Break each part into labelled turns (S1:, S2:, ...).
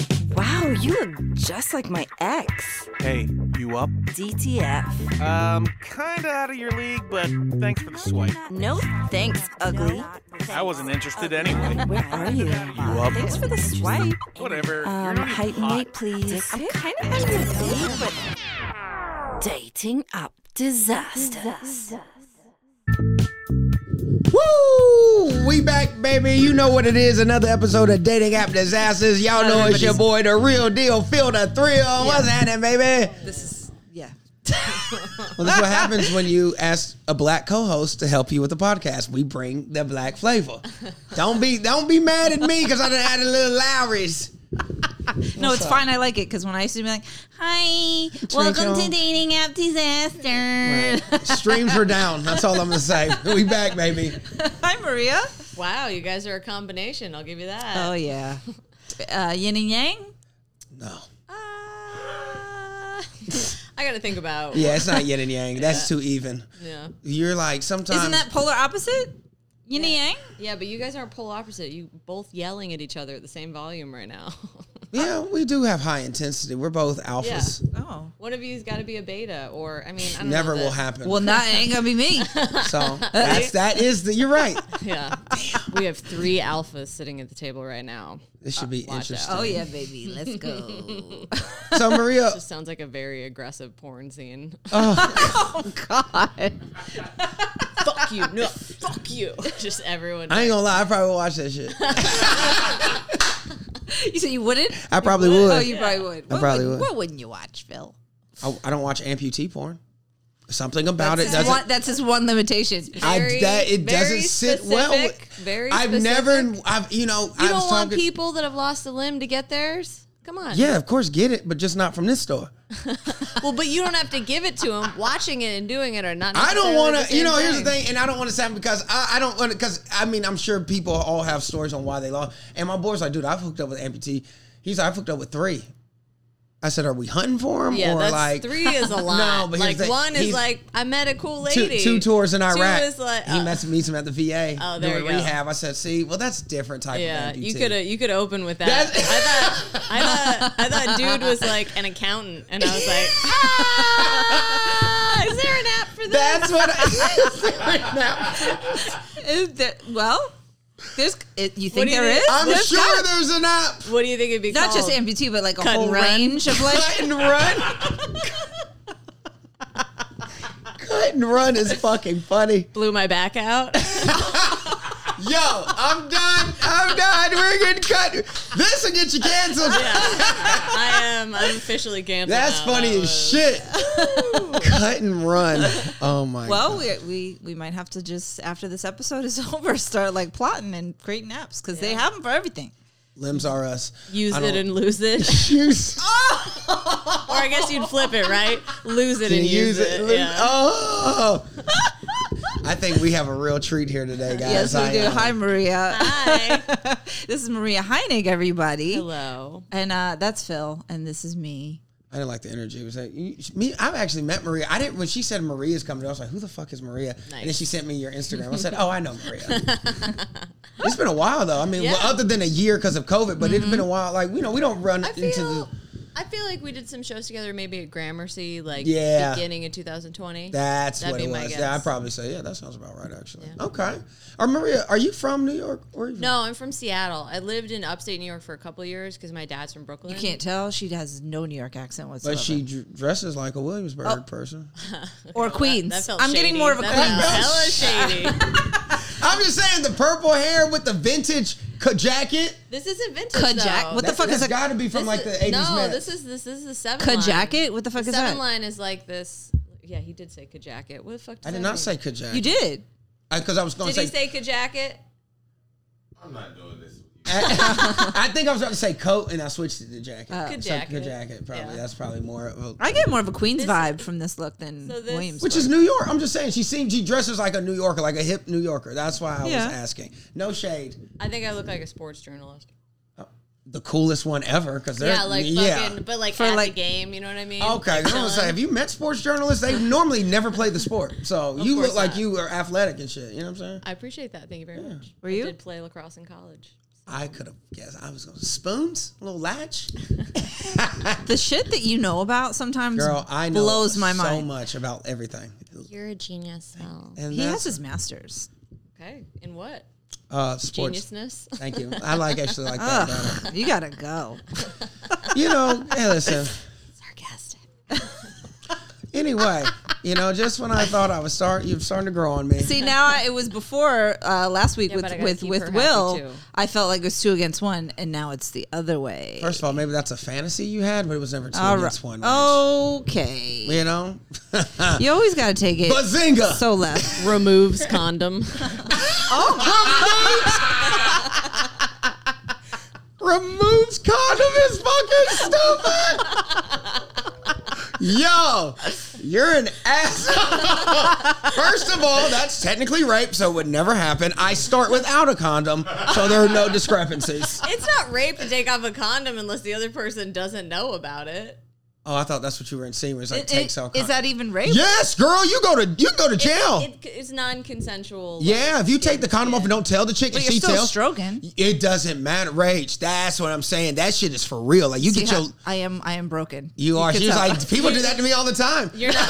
S1: Ew, you look just like my ex.
S2: Hey, you up?
S1: DTF.
S2: Um, kinda out of your league, but thanks for the swipe.
S1: No thanks, ugly.
S2: I wasn't interested anyway.
S1: Where are you?
S2: up?
S1: Thanks for the swipe.
S2: Whatever. You're
S1: Um,
S2: not even
S1: height and
S2: hot.
S1: weight, please. I'm kind of on your date, but dating up disasters.
S3: Woo! We back, baby. You know what it is. Another episode of Dating App Disasters. Y'all know it's your boy, the real deal. Feel the thrill. What's happening, baby?
S4: This is yeah.
S3: Well, this is what happens when you ask a black co-host to help you with the podcast. We bring the black flavor. Don't be don't be mad at me because I done added a little Lowry's.
S4: No, it's fine. I like it because when I used to be like, "Hi, welcome
S3: y'all.
S4: to dating app disaster."
S3: Streams were down. That's all I'm gonna say. We back, baby.
S4: Hi, Maria.
S5: Wow, you guys are a combination. I'll give you that.
S4: Oh yeah, uh, yin and yang.
S3: No.
S5: Uh, I got to think about. Yeah.
S3: Oh. Yeah, it's not yin and yang. That's too even.
S5: yeah.
S3: You're like sometimes
S4: Isn't that polar opposite? Yin and yang.
S5: but you guys are polar opposite. You both yelling at each other at the same volume right now.
S3: Yeah, we do have high intensity. We're both alphas.
S4: Oh,
S5: One of you's got to be a beta, or I mean, I don't
S3: Never
S5: know
S3: will
S5: that-
S3: happen.
S4: well, not ain't gonna be me.
S3: so that's that is the you're right.
S5: Yeah, we have three alphas sitting at the table right now.
S3: This should be
S5: watch
S3: interesting.
S4: oh yeah, baby, let's go.
S3: So Maria,
S5: Just sounds like a very aggressive porn scene.
S4: God,
S5: fuck you! No, fuck you! Just everyone.
S3: I ain't gonna lie, I probably would watch that shit.
S4: you said you wouldn't?
S3: I probably
S4: Oh,
S3: would.
S4: you probably would. What
S3: probably
S4: would-
S3: would.
S4: What wouldn't you watch, Phil?
S3: I, I don't watch amputee porn. Something about it
S4: That's,
S3: doesn't.
S4: one, that's his one limitation.
S3: I, that it
S5: very
S3: doesn't sit well. with-
S5: specific, very
S3: I've never. I've you know.
S5: You
S3: I've
S5: don't want
S3: talking-
S5: people that have lost a limb to get theirs. Come on.
S3: Yeah, of course, get it, but just not from this store.
S5: Well, but you don't have to give it to them. Watching it and doing it are not.
S3: I don't
S5: necessarily
S3: want
S5: the
S3: to.
S5: same
S3: You know, here's the thing, and I don't want to sound because I, I don't want to. Because I mean, I'm sure people all have stories on why they lost. And my boy's like, dude, I've hooked up with amputee. He's like, I've hooked up with three. I said, are we hunting for him
S5: Yeah,
S3: or
S5: that's
S3: like
S5: three is a lot.
S3: No, but here's
S5: like
S3: the thing.
S5: one
S3: He's-
S5: is like I met a cool
S3: two,
S5: lady.
S3: two tours in
S5: Two
S3: Iraq?
S5: is like
S3: he
S5: uh,
S3: met meets him at the VA.
S5: Oh, there
S3: doing
S5: we go.
S3: rehab. I said, see, well, that's different type
S5: Yeah,
S3: of amputee.
S5: you could have you could open with that.
S3: That's-
S5: I thought I thought I thought dude was like an accountant, and I was like, ah, is there an app for that?
S3: That's what. I,
S4: Is there- well, there's. It, you think
S5: do you
S4: there is?
S5: think?
S3: I'm
S4: There's
S3: sure
S4: gotta-
S3: there's an app.
S5: What do you think it'd be
S4: not
S5: called?
S4: just amputee, but like a
S5: Cut and
S4: whole
S5: run.
S4: range of like.
S3: Cut and run. Cut and run is fucking funny.
S5: Blew my back out.
S3: Yo, I'm done. I'm done. We're getting cut. This will get you canceled.
S5: I am. I'm officially canceled.
S3: That's
S5: now.
S3: funny
S5: That
S3: as
S5: was-
S3: shit. Cut and run. Oh my.
S4: Well, we, we we might have to just after this episode is over start like plotting and creating apps because they have them for everything.
S3: limbs are us.
S5: Use
S3: I
S5: it
S3: don't-
S5: and lose it.
S3: Use,
S5: Or I guess you'd flip it, right? Lose it and
S3: and
S5: use, it.
S3: Lim-
S5: Yeah.
S3: Oh. I think we have a real treat here today, guys.
S4: Yes, we
S3: I
S4: do.
S3: am-
S4: Hi, Maria.
S3: Oh.
S5: Hi.
S4: this is Maria Heinig, everybody,
S5: Hello.
S4: and uh, that's Phil, and this is me.
S3: I didn't like the energy. It was like you- me. I've actually met Maria. I didn't when she said Maria's coming. I was like, who the fuck is Maria? And then she sent me your Instagram. I said, oh, I know Maria. it's been a while though. I mean, well,
S5: Yeah. Mm-hmm.
S3: other than a year because of COVID, but it's been a while. Like you know, we don't run
S5: I
S3: into the,
S5: feel. I feel like we did some shows together, maybe at Gramercy, like
S3: Yeah.
S5: beginning in 2020.
S3: that's
S5: That'd
S3: what
S5: be
S3: it
S5: my
S3: was. Yeah, I
S5: guess.
S3: probably say yeah. That sounds about right actually. Okay. Or Maria, are you from New York? Or are you from-
S5: no, I'm from Seattle. I lived in upstate New York for a couple of years because my dad's from Brooklyn.
S4: You can't tell she has no New York accent whatsoever,
S3: But she dr- dresses like a Williamsburg
S5: Oh.
S3: person.
S4: or Queens.
S5: That felt
S4: I'm getting
S5: shady.
S4: more of a
S5: That
S4: Queens.
S5: felt hella shady.
S3: I'm just saying the purple hair with the vintage ca- jacket.
S5: This isn't vintage
S4: Kajak.
S5: though.
S4: What the
S3: That,
S4: fuck is
S3: has
S4: a
S3: got to be from
S5: This
S3: like
S5: is-
S3: the 80s.
S5: No,
S3: Met.
S5: this is this is the seven.
S4: Cut
S5: line.
S4: jacket? What the fuck is
S5: seven
S4: that?
S5: line is like this. Yeah, he did say Kajacket. What the fuck?
S3: I
S5: that
S3: did not
S5: mean?
S3: say Kajak.
S4: You did.
S3: Because I was going
S5: Did
S3: to
S5: he
S3: say,
S5: say Kajacket?
S3: I think I was about to say coat, and I switched it to jacket.
S5: Good
S3: So,
S5: jacket.
S3: good jacket, probably.
S5: Oh, Yeah.
S3: That's probably more. Of a,
S4: I get more of a Queens vibe from this look than
S5: So this-
S4: Williams.
S3: which is New York. I'm just saying, she seems she dresses like a New Yorker, like a hip New Yorker. That's why I
S4: Yeah.
S3: was asking. No shade.
S5: I think I look like a sports journalist.
S3: The coolest one ever, because they're
S5: Yeah, like
S3: yeah.
S5: fucking, but like
S4: For,
S5: at
S4: like-
S5: the game, you know what I mean?
S3: Okay,
S5: Like,
S3: I'm gonna say,
S5: chilling.
S3: have you met sports journalists? They normally never play the sport, so you
S5: course
S3: look like
S5: not.
S3: you are athletic and shit. You know what I'm saying?
S5: I appreciate that. Thank you very much.
S4: Were
S5: I
S4: you?
S5: did play lacrosse in college.
S3: I could have guessed. I was going to spoons, a little latch.
S4: the shit that you know about sometimes
S3: Girl, I know
S4: blows my
S3: so
S4: mind.
S3: much about everything.
S5: You're a genius, Mel.
S3: And
S4: He
S3: that's,
S4: has his masters.
S5: Okay. In what?
S3: uh, sports.
S5: Geniusness.
S3: Thank you. I like actually like that. better.
S4: You gotta go.
S3: You know, hey, listen.
S5: Sarcastic.
S3: Anyway, you know, just when I thought I was start, you're starting to grow on me.
S4: See now, I, it was before uh, last week
S5: Yeah, but I
S4: with
S5: gotta
S4: with
S5: keep her
S4: with
S5: happy, too.
S4: Will. I felt like it was two against one, and now it's the other way.
S3: First of all, maybe that's a fantasy you had, but it was never two
S4: All
S3: against
S4: right. Oh.
S3: one. Rach.
S4: Okay.
S3: You know,
S4: You always gotta take it
S3: Bazinga!
S4: so left.
S5: Removes condom.
S3: removes condom is fucking stupid. Yo, you're an asshole. First of all, that's technically rape, so it would never happen. I start without a condom, so there are no discrepancies.
S5: it's not rape to take off a condom unless the other person doesn't know about it.
S3: Oh, I thought that's what you were insinuating. Was like
S4: It-
S3: takes out.
S4: is
S3: condom.
S4: that even rape?
S3: yes, girl? You go to you go to jail.
S5: It, it's non-consensual. like,
S3: yeah, if you take the condom off and don't tell the chick,
S4: But
S3: and
S4: you're
S3: she
S4: still
S3: tells.
S4: stroking.
S3: It doesn't matter, Rach. That's what I'm saying. That shit is for real. Like you
S4: See
S3: get
S4: how-
S3: your,
S4: I am. I am broken.
S3: you are.
S4: could
S3: She's
S4: tell.
S3: like people do that to me all the time.
S5: You're not.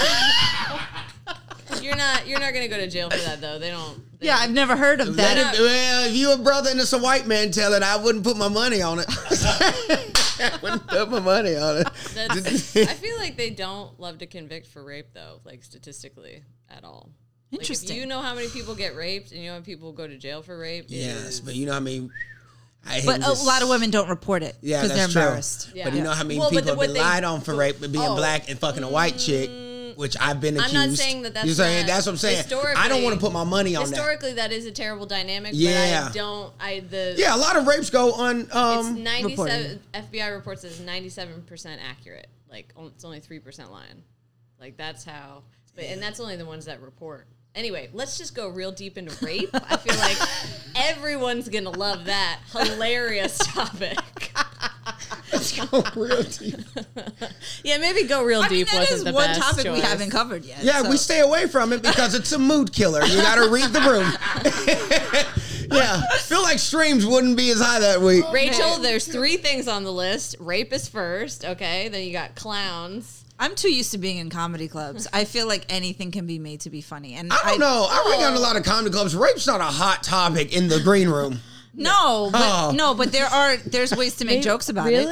S5: you're not. You're not gonna go to jail for that though. They don't. They
S4: yeah, I've never heard of that. uh,
S3: That is- well, if you a brother and it's a white man telling, I wouldn't put my money on it. I wouldn't put my money on it.
S5: That's, I feel like they don't love to convict for rape though, like statistically at all. Like, if
S4: Interesting.
S5: you know how many people get raped and you know how many people go to jail for rape. it
S3: yes,
S5: is-
S3: but you know what I mean. I hate
S4: but a
S3: this-
S4: lot of women don't report it
S3: Yeah,
S4: because
S3: that's
S4: they're
S3: true.
S4: embarrassed.
S5: Yeah.
S3: But you know how many
S5: Well, but
S3: people have
S5: what
S3: been
S5: they-
S3: lied on for rape, but being
S5: Oh. Mm.
S3: black and fucking a white chick, which I've been
S5: I'm
S3: accused.
S5: not saying that that's
S3: You're saying
S5: not-
S3: that's what I'm saying. I don't want to
S5: historically-
S3: put my money on that.
S5: Historically, that is a terrible dynamic.
S3: Yeah.
S5: But I don't. I the
S3: Yeah, a lot of rapes go on.
S5: It's
S3: Um,
S5: ninety-seven. FBI reports is ninety-seven percent accurate. Like on- it's only three percent lying. Like that's how. But and that's only the ones that report. Anyway, let's just go real deep into rape. I feel like everyone's gonna love that hilarious topic.
S3: real deep.
S5: yeah, maybe go real
S4: I mean,
S5: deep
S4: that
S5: wasn't
S4: is
S5: the
S4: one
S5: best
S4: topic we
S5: choice.
S4: haven't covered yet.
S3: Yeah, we
S4: so-
S3: stay away from it because it's a mood killer. You got to read the room. yeah, feel like streams wouldn't be as high that week.
S5: Rachel, there's three things on the list. Rape is first, okay? Then you got clowns.
S4: I'm too used to being in comedy clubs. I feel like anything can be made to be funny, and
S3: I don't know. I ran down a lot of comedy clubs. Rape's not a hot topic in the green room.
S4: No, but
S3: Oh.
S4: no, but there are there's ways to make jokes about it.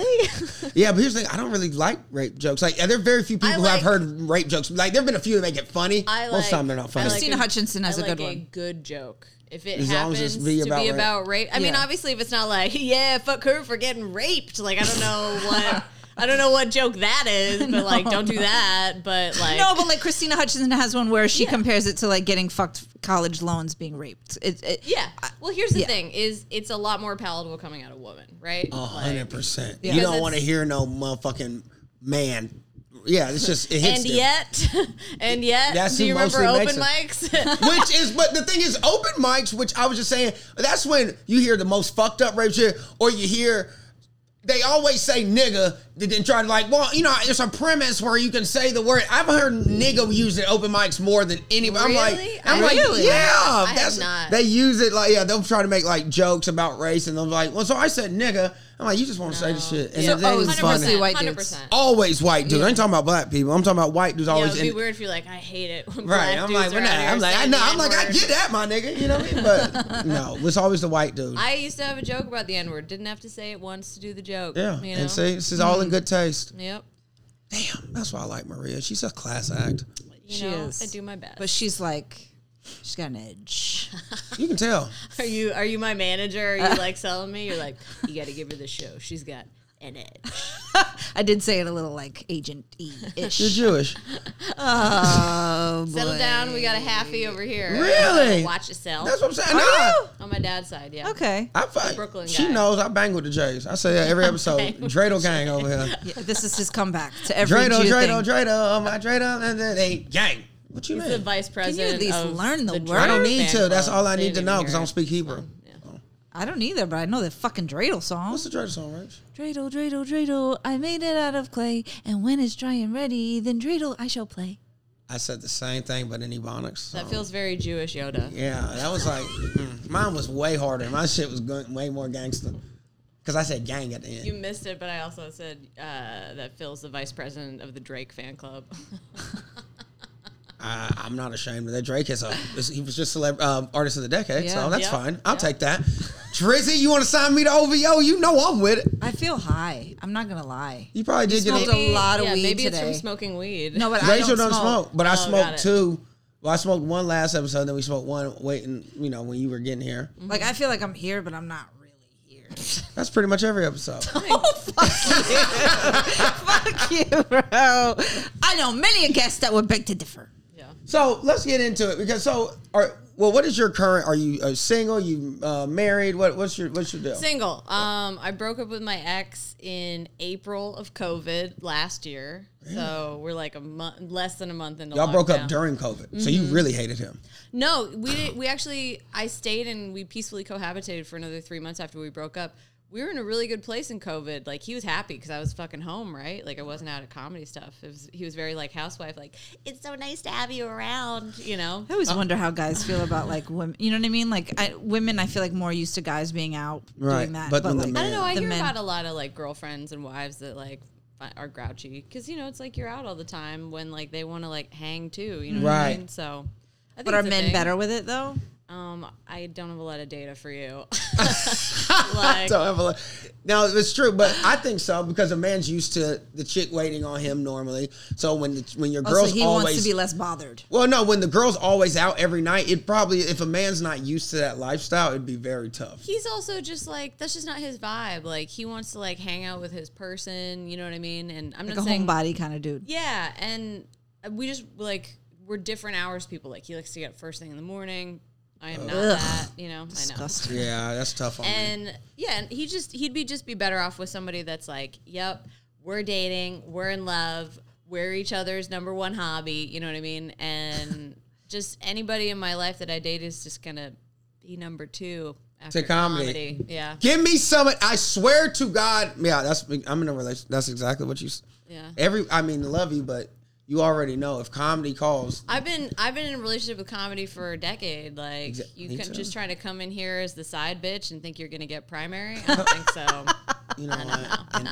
S3: Yeah, but here's the thing: I don't really like rape jokes. Like, there are very few people
S5: like-
S3: who have heard rape jokes. Like, there've been a few that make it funny.
S5: I like,
S3: Most time they're not funny.
S5: I like
S4: Christina Hutchinson has
S5: I
S4: a good
S5: like
S4: one.
S5: good joke. If it
S3: As long
S5: happens
S3: as it's
S5: to
S3: be
S5: be
S3: about
S5: about,
S3: rape.
S5: rape, I mean,
S4: Yeah.
S5: obviously, if it's not like, yeah, fuck her for getting raped. Like, I don't know what, I don't know what joke that is, but like, don't do that. But like,
S4: No, but like Christina Hutchinson has one where she compares it to like getting fucked college loans being raped. It, it,
S5: yeah. Well, here's the
S4: Yeah.
S5: thing: is it's a lot more palatable coming out of a woman, right?
S3: A hundred percent.
S4: Yeah.
S3: You
S5: Because
S3: don't want to
S5: it's-
S3: hear no motherfucking man. Yeah, it's just it hits
S5: and
S3: different.
S5: yet, and yet,
S3: That's
S5: do
S3: who
S5: you remember
S3: mostly
S5: open mics?
S3: which is, but the thing is, open mics, which I was just saying, that's when you hear the most fucked up rape shit, or you hear they always say nigga, they then try to like, well, you know, it's a premise where you can say the word. I've heard nigga used at open mics more than anybody. I'm
S5: Really?
S3: like, I'm
S5: I-
S3: like,
S5: Really?
S3: yeah,
S5: I have
S3: that's
S5: not.
S3: they use it like, yeah, they'll try to make like jokes about race, and they're like, well, so I said nigga. I'm like, you just want to say the shit, and
S4: So-
S3: the thing
S4: oh,
S3: is
S4: it's
S3: funny.
S4: mostly white
S5: hundred
S4: dudes.
S5: percent.
S3: Always white dudes. I ain't talking about black people. I'm talking about white dudes.
S5: Yeah, it
S3: Always
S5: would be
S3: in-
S5: weird if you're like, I hate it. When
S3: Right.
S5: black
S3: I'm
S5: dudes
S3: like,
S5: are
S3: we're not.
S5: out here
S3: I'm like, I
S5: saying
S3: know.
S5: the
S3: I'm like, I
S5: N-word.
S3: get that, my nigga. You know what I mean? But no, it's always the white dude.
S5: I used to have a joke about the N word. Didn't have to say it once to do the joke.
S3: yeah.
S5: You know? Mm-hmm.
S3: And see, this is all in good taste.
S5: Yep.
S3: Damn, that's why I like Maria. She's a class act.
S5: You
S4: She
S5: know,
S4: is.
S5: I do my best.
S4: But she's like, she's got an edge.
S3: You can tell.
S5: are you are you my manager? Are you like selling me? You're like, you got to give her the show. She's got an edge.
S4: I did say it a little like Agent E
S3: You're
S4: ish.
S3: Jewish.
S4: Oh, boy.
S5: Settle down. We got a halfy over here.
S3: Really?
S5: Watch yourself.
S3: That's what I'm saying. No.
S5: On my dad's side, yeah.
S4: Okay.
S3: I fight.
S5: Brooklyn
S3: She
S5: guy.
S3: knows I bang with the Jays. I say that every episode.
S5: bang with
S3: Dreidel gang over here.
S4: Yeah, this is his comeback to every
S3: Dreidel,
S4: Jew
S3: Dreidel,
S4: thing.
S3: Dreidel, my Dreidel, and then they gang. What you
S5: He's the
S3: mean?
S5: vice president.
S4: at least
S5: of
S4: learn the word?
S3: I
S5: Drake
S3: don't need
S5: fan
S3: to. That's
S5: club.
S3: all I
S5: They
S3: need
S5: didn't
S3: to
S5: even
S3: know because I
S5: hear
S3: don't
S5: it.
S3: speak Hebrew.
S4: I don't either, but I know the fucking dreidel song.
S3: What's the Dreidel song, Rich?
S4: Dreidel, dreidel, dreidel, I made it out of clay. And when it's dry and ready, then dreidel I shall play.
S3: I said the same thing, but in Ebonics. so.
S5: That feels very Jewish, Yoda.
S3: Yeah, that was like mm, mine was way harder. My shit was going way more gangster. because I said gang at the end.
S5: You missed it, but I also said uh, that Phil's the vice president of the Drake fan club.
S3: I, I'm not ashamed of that. Drake is a he was just celeb, um, artist of the decade, so
S4: Yeah.
S3: that's
S5: Yep.
S3: fine. I'll take that. Drizzy, you want to sign me to OVO? You know I'm with it.
S4: I feel high. I'm not gonna lie.
S3: You probably did get
S4: smoked
S3: a,
S4: a lot of
S5: yeah,
S4: weed
S5: maybe
S4: today.
S5: it's from smoking weed.
S4: No, but
S3: Rachel
S4: I don't,
S3: don't smoke, but I
S5: Oh, got
S3: smoked
S5: it.
S3: two. Well, I smoked one last episode, then we smoked one waiting. You know when you were getting here.
S4: Like I feel like I'm here, but I'm not really here.
S3: That's pretty much every episode.
S4: Fuck you, bro. I know many a guest that would beg to differ.
S5: yeah.
S3: so let's get into it because so are well. What is your current? Are you uh, single? You uh, married? What what's your what's your deal?
S5: Single. Um, I broke up with my ex in April of COVID last year, so we're like a month, less than a month into.
S3: Y'all broke
S5: lockdown.
S3: up during COVID, so you really hated him.
S5: No, we did, we actually I stayed and we peacefully cohabitated for another three months after we broke up. We were in a really good place in COVID. Like he was happy because I was fucking home, right? Like I wasn't out at comedy stuff. It was, he was very like housewife, like it's so nice to have you around, you know.
S4: I always wonder how guys feel about like women. You know what I mean? Like I, women, I feel like more used to guys being out
S3: Right,
S4: doing that.
S3: but
S4: But,
S3: then the
S4: like,
S5: I don't know. I
S4: the
S5: hear
S4: men-
S5: about a lot of like girlfriends and wives that like fi- are grouchy because you know it's like you're out all the time when like they want to like hang too, you know. What I
S3: Right.
S5: mean? So, I think
S4: But are
S5: it's a
S4: men
S5: thing.
S4: better with it though?
S5: Um, I don't have a lot of data for you.
S3: I
S5: like,
S3: don't have a lot. No, it's true, but I think so because a man's used to the chick waiting on him normally. So when the, when your
S4: Also,
S3: girls
S4: Oh, he
S3: always
S4: wants to be less bothered.
S3: well, no, when the girls always out every night, it probably if a man's not used to that lifestyle, it'd be very tough.
S5: he's also just like that's just not his vibe. Like he wants to like hang out with his person. You know what I mean? And I'm
S4: Like a
S5: not saying
S4: homebody kind of dude.
S5: yeah. And we just like we're different hours people. Like he likes to get up first thing in the morning. I am not
S4: Ugh.
S5: that. You know. I know.
S4: Disgusting.
S3: Yeah, that's tough on me.
S5: And yeah, and he just he'd be just be better off with somebody that's like, yep, we're dating, we're in love, we're each other's number one hobby. You know what I mean? And just anybody in my life that I date is just gonna be number two after
S3: To comedy.
S5: Yeah,
S3: Give me some. I swear to God. Yeah, that's I'm in a relation. That's exactly what you. s-
S5: yeah.
S3: Every I mean, love you, but you already know if comedy calls.
S5: I've been I've been in a relationship with comedy for a decade. Like
S3: Exa- me
S5: you can
S3: too.
S5: just trying to come in here as the side bitch and think you're gonna get primary. I don't think so.
S3: You know, what? And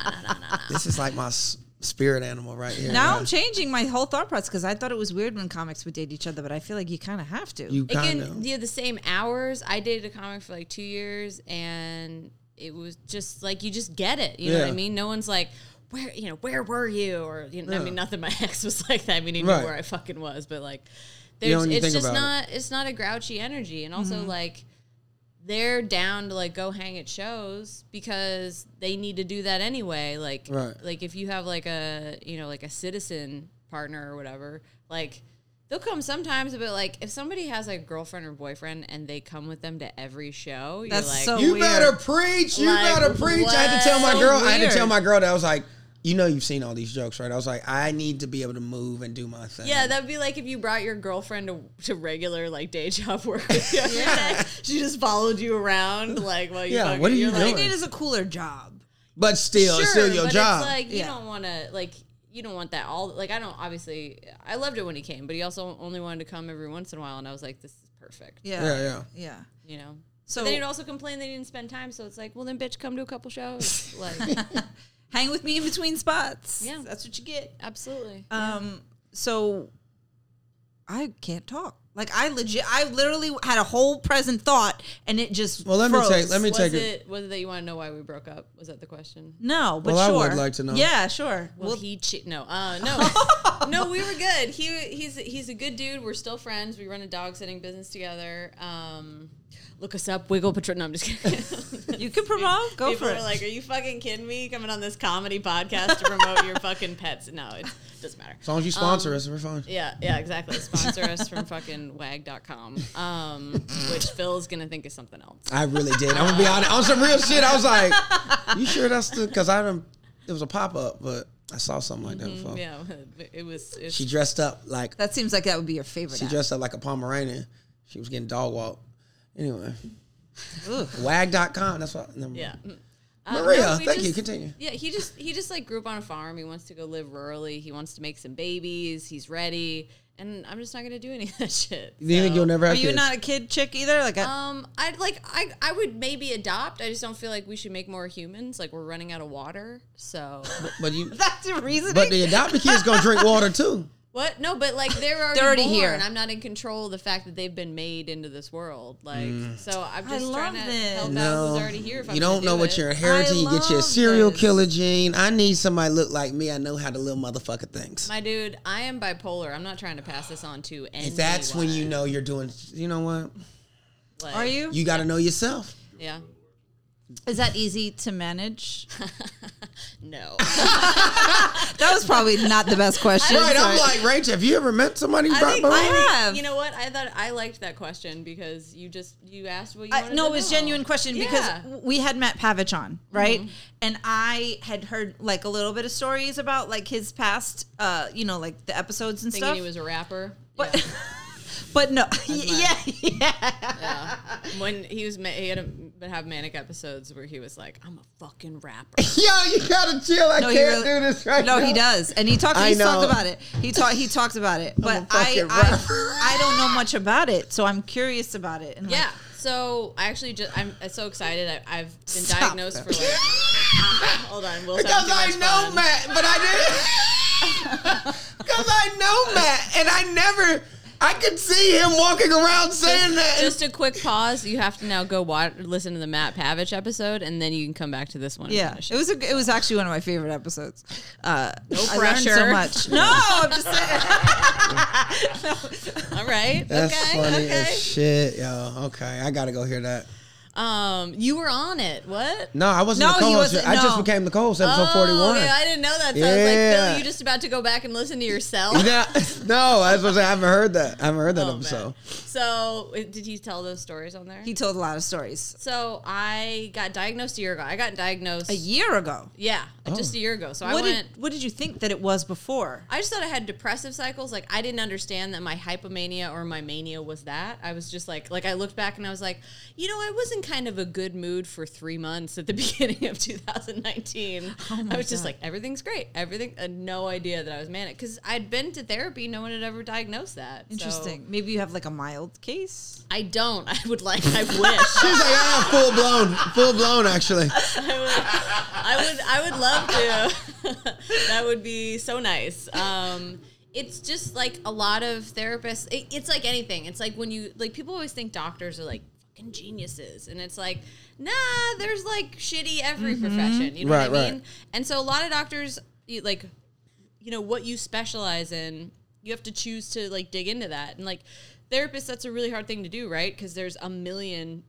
S3: this is like my s- spirit animal right here.
S4: Now I'm
S3: man.
S4: changing my whole thought process because I thought it was weird when comics would date each other, but I feel like you kind of have to.
S3: you
S5: It
S3: kind
S5: can
S3: of.
S5: yeah, the same hours. I dated a comic for like two years, and it was just like you just get it. You know what
S3: Yeah.
S5: I mean? No one's like, where you know where were you? Or you know, I mean, not that my ex was like that. I mean, he
S3: Right.
S5: knew where I fucking was, but like,
S3: don't
S5: there's
S3: even
S5: it's
S3: think
S5: just
S3: about it.
S5: not it's not a grouchy energy, and also like they're down to like go hang at shows because they need to do that anyway. Like
S3: Right.
S5: like if you have like a you know like a citizen partner or whatever, like they'll come sometimes, but like if somebody has a girlfriend or boyfriend and they come with them to every show, you're
S4: That's
S5: like
S4: so
S3: You
S4: weird.
S3: better preach. You
S5: Like,
S3: better preach. I had to tell my
S5: what?
S3: girl. I had to
S4: Weird.
S3: tell my girl that I was like, you know, you've seen all these jokes, right? I was like, I need to be able to move and do my thing.
S5: yeah, that'd be like if you brought your girlfriend to, to regular like day job work. yeah. She just followed you around like while you
S3: Yeah,
S5: fucking-
S3: what are you
S5: you're like,
S3: doing?
S4: It is a cooler job.
S3: but still, it's still your
S5: but
S3: job.
S5: It's like you
S4: Yeah.
S5: don't want to like you don't want that all. Like I don't obviously I loved it when he came, but he also only wanted to come every once in a while, and I was like, this is perfect.
S4: Yeah.
S3: Yeah, yeah.
S4: Yeah.
S5: You know.
S4: So-
S5: So then he'd also complain they didn't spend time, so it's like, well then, bitch, come to a couple shows. Like,
S4: Hang with me in between spots.
S5: Yeah.
S4: That's what you get.
S5: absolutely.
S4: Um, so I can't talk. Like I legit, I literally had a whole present thought, and it just
S3: well, let
S4: froze.
S3: me take. Let me
S5: was
S3: take
S5: it,
S3: it.
S5: was it that you want to know why we broke up? Was that the question?
S4: No, but
S3: Well, I
S4: sure.
S3: would like to know.
S4: Yeah, sure.
S5: Well,
S4: Well,
S5: he cheat. No, uh, no, no. We were good. He he's he's a good dude. We're still friends. We run a dog sitting business together. Um, look us up, Wiggle Patron. No, I'm just kidding.
S4: you can promote. Go
S5: People
S4: for
S5: are
S4: it.
S5: like, "Are you fucking kidding me? Coming on this comedy podcast to promote your fucking pets?" No, it doesn't matter.
S3: As long as you sponsor us, we're fine.
S5: Yeah, yeah, exactly. Sponsor us from fucking wag.com, um, which Phil's gonna think is something else.
S3: I really did. I'm gonna be honest. On some real shit, I was like, "You sure that's the?" Because I don't. It was a pop up, but I saw something like that before.
S5: Mm-hmm. Yeah, it was. It's,
S3: She dressed up like
S4: that seems like that would be your favorite.
S3: she
S4: app.
S3: dressed up like a Pomeranian. She was getting dog walked. Anyway,
S4: Ugh.
S3: wag.com. That's what. Never mind.
S5: yeah. Uh,
S3: Maria,
S5: we
S3: thank you.
S5: just-
S3: Continue.
S5: Yeah, he just he just like grew up on a farm. He wants to go live rurally. He wants to make some babies. He's ready. and I'm just not gonna do any of that shit.
S3: Do you think
S5: So-
S3: you'll never
S4: Are
S3: have
S4: you
S3: kids?
S4: not a kid chick either? Like, I,
S5: Um, I'd like I I would maybe adopt. I just don't feel like we should make more humans. Like we're running out of water. So
S3: but you.
S4: that's your reasoning.
S3: But the adopted kid's gonna drink water too.
S5: what? No, but like they're already,
S4: They're already
S5: born.
S4: here.
S5: I'm not in control of the fact that they've been made into this world. Like so, I'm just
S4: love
S5: trying to
S4: this.
S5: help out
S3: Mm. No,
S5: who's already here. If I'm
S3: you don't
S5: gonna
S3: know
S5: do
S3: what
S5: it.
S3: you're inheriting. You get your
S4: love
S3: serial
S4: this.
S3: killer gene. I need somebody look like me. I know how the little motherfucker thinks.
S5: My dude, I am bipolar. I'm not trying to pass this on to anyone.
S3: And that's when you know you're doing. You know what?
S5: Like,
S4: Are you?
S3: You got to know yourself.
S5: Yeah.
S4: Is that easy to manage?
S5: No.
S4: That was probably not the best question.
S3: Right? I'm like Rachel. Have you ever met somebody? who's
S5: I think,
S3: bipolar?
S5: I think-
S4: have.
S5: you know what? I thought I liked that question because you just you asked what you
S4: I,
S5: wanted
S4: no,
S5: to
S4: it was
S5: know.
S4: genuine question
S5: Yeah.
S4: because we had Matt Pavich on, right? And I had heard like a little bit of stories about like his past, uh, you know, like the episodes and
S5: thinking
S4: stuff.
S5: he was a rapper.
S4: But-
S5: yeah.
S4: but no, yeah, yeah.
S5: when he was ma- he had a, have manic episodes where he was like, "I'm a fucking rapper."
S3: Yo, you gotta chill. I
S4: No,
S3: can't
S4: he really-
S3: do this right
S4: No,
S3: now.
S4: he does, and he talked.
S3: I
S4: He's
S3: know. Oh,
S4: talked about it. He talked. He talked about it. But I,
S3: fucking rapper.
S4: I, I don't know much about it, so I'm curious about it. And like,
S5: yeah. So I actually just I'm so excited. I, I've been
S4: Stop that.
S5: diagnosed for like. hold on, Will's having
S3: Because
S5: too
S3: I
S5: much
S3: know
S5: fun.
S3: Matt, but I didn't. Because I know Matt, and I never. I could see him walking around saying that.
S5: Just a quick pause. You have to now go watch, listen to the Matt Pavich episode, and then you can come back to this one. and
S4: Yeah,
S5: finish
S4: it was a, it was actually one of my favorite episodes. Uh, no
S5: pressure.
S4: so much. No, I'm just saying.
S5: All right. okay. okay.
S3: shit, yo. Okay, I gotta go hear that.
S5: Um, you were on it. What?
S3: No, I wasn't
S4: No,
S3: the
S4: he
S3: co-host.
S4: wasn't,
S3: I just
S4: no.
S3: became the co-host episode forty-one.
S5: yeah, Oh, I didn't know that. So I was like,
S3: Yeah.
S5: Phil, you just about to go back and listen to yourself.
S3: Yeah, no, I was. I haven't heard that. I haven't heard that
S5: Oh, man.
S3: episode.
S5: So, uh, did he tell those stories on there?
S4: he told a lot of stories
S5: so, I got diagnosed a year ago. I got diagnosed.
S4: a year ago.
S5: yeah, just a year ago. So, I
S4: what
S5: went.
S4: did what did you think that it was before?
S5: I just thought I had depressive cycles. Like I didn't understand that my hypomania or my mania was that. I was just like, like I looked back and I was like, you know, I was in kind of a good mood for three months at the beginning of 2019. I was just like, everything's great. Everything. Uh, no idea that I was manic because I'd been to therapy. No one had ever diagnosed that. So
S4: Interesting. Maybe you have like a mild case.
S5: I don't. I would like. I wish.
S3: She was like, "Ah, full blown, full blown." Actually,
S5: I would I would love to. that would be so nice. Um, it's just like a lot of therapists. It, it's like anything. It's like when you like people always think doctors are like fucking geniuses, and it's like nah, there's like shitty every profession. You
S3: Mm-hmm.
S5: know
S3: Right,
S5: what I
S3: right.
S5: mean? And so a lot of doctors you- like you know what you specialize in you have to choose to like dig into that and like therapists that's a really hard thing to do right because there's a million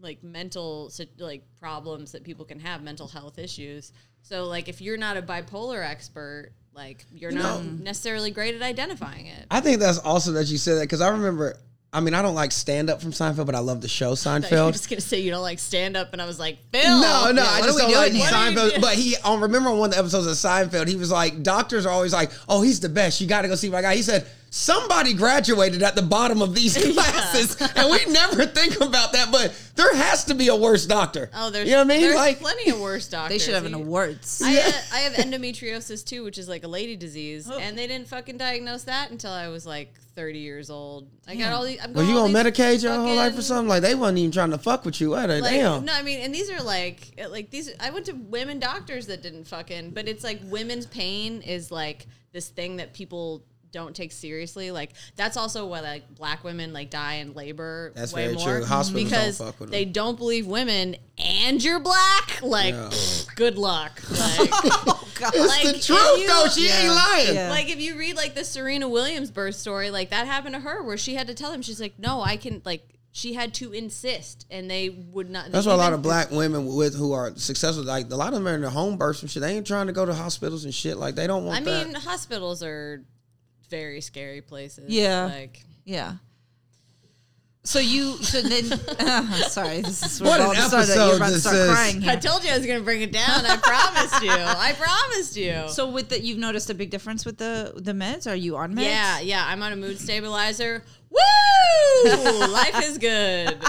S5: like mental si- like problems that people can have mental health issues so like if you're not a bipolar expert like you're not necessarily great at identifying it
S3: I think that's awesome that you said that because I remember. I mean, I don't like stand up from Seinfeld, but I love the show
S5: I thought you were
S3: Seinfeld.
S5: just gonna say you don't like stand up and i was like phil
S3: No, no,
S4: Yeah,
S3: I
S4: what
S3: just
S4: are
S3: don't
S4: we
S3: like
S4: doing here?
S3: Seinfeld. But he, I remember on one of the episodes of Seinfeld, he was like, "Doctors are always like, oh, he's the best. You got to go see my guy." He said, "Somebody graduated at the bottom of these classes, and we never think about that. But there has to be a worse doctor.
S5: oh there's
S3: you know what I mean?
S5: there's
S3: Like,
S5: plenty of worse doctors
S4: They should have an
S5: You-
S4: awards.
S5: I, had, I have endometriosis too, which is like a lady disease,
S3: Oh.
S5: and they didn't fucking diagnose that until I was like 30 years old. I got all these. I'm
S3: were
S5: going
S3: you
S5: all
S3: on
S5: these
S3: Medicaid your whole life or
S5: fucking-
S3: something? Like they wasn't even trying to fuck with you, were they?
S5: Like,
S3: Damn.
S5: No, I mean, and these are like, like these. I went to women doctors that didn't fucking, but it's like women's pain is like this thing that people don't take seriously. Like that's also why like black women like die in labor.
S3: That's
S5: way
S3: very
S5: more
S3: true. Hospitals don't
S5: because
S3: fuck with
S5: they
S3: them.
S5: don't believe women and you're black. Like,
S3: Yeah.
S5: good luck. Like,
S3: it's
S5: like,
S3: the
S5: if
S3: truth
S5: you-
S3: though. She ain't lying.
S4: Yeah.
S5: Like if you read like the Serena Williams birth story, like that happened to her where she had to tell them she's like, no, I can like she had to insist, and they would not.
S3: That's why a lot
S5: even-
S3: of black women with who are successful, like a lot of them are in their home births and shit. They ain't trying to go to hospitals and shit. Like they don't want
S5: I
S3: that.
S5: mean, hospitals are very scary places.
S4: Yeah.
S5: like
S4: Yeah. So you so then uh-huh, sorry this is
S3: What
S4: we're
S3: an
S4: all of a sudden
S3: episode
S4: you're about to
S3: this
S4: start
S3: is.
S4: crying
S5: I
S4: here.
S5: told you I was gonna bring it down. I promised you. I promised you.
S4: So with the you've noticed a big difference with the the meds? Are you on meds?
S5: yeah, yeah, I'm on a mood stabilizer. Woo! Life is good.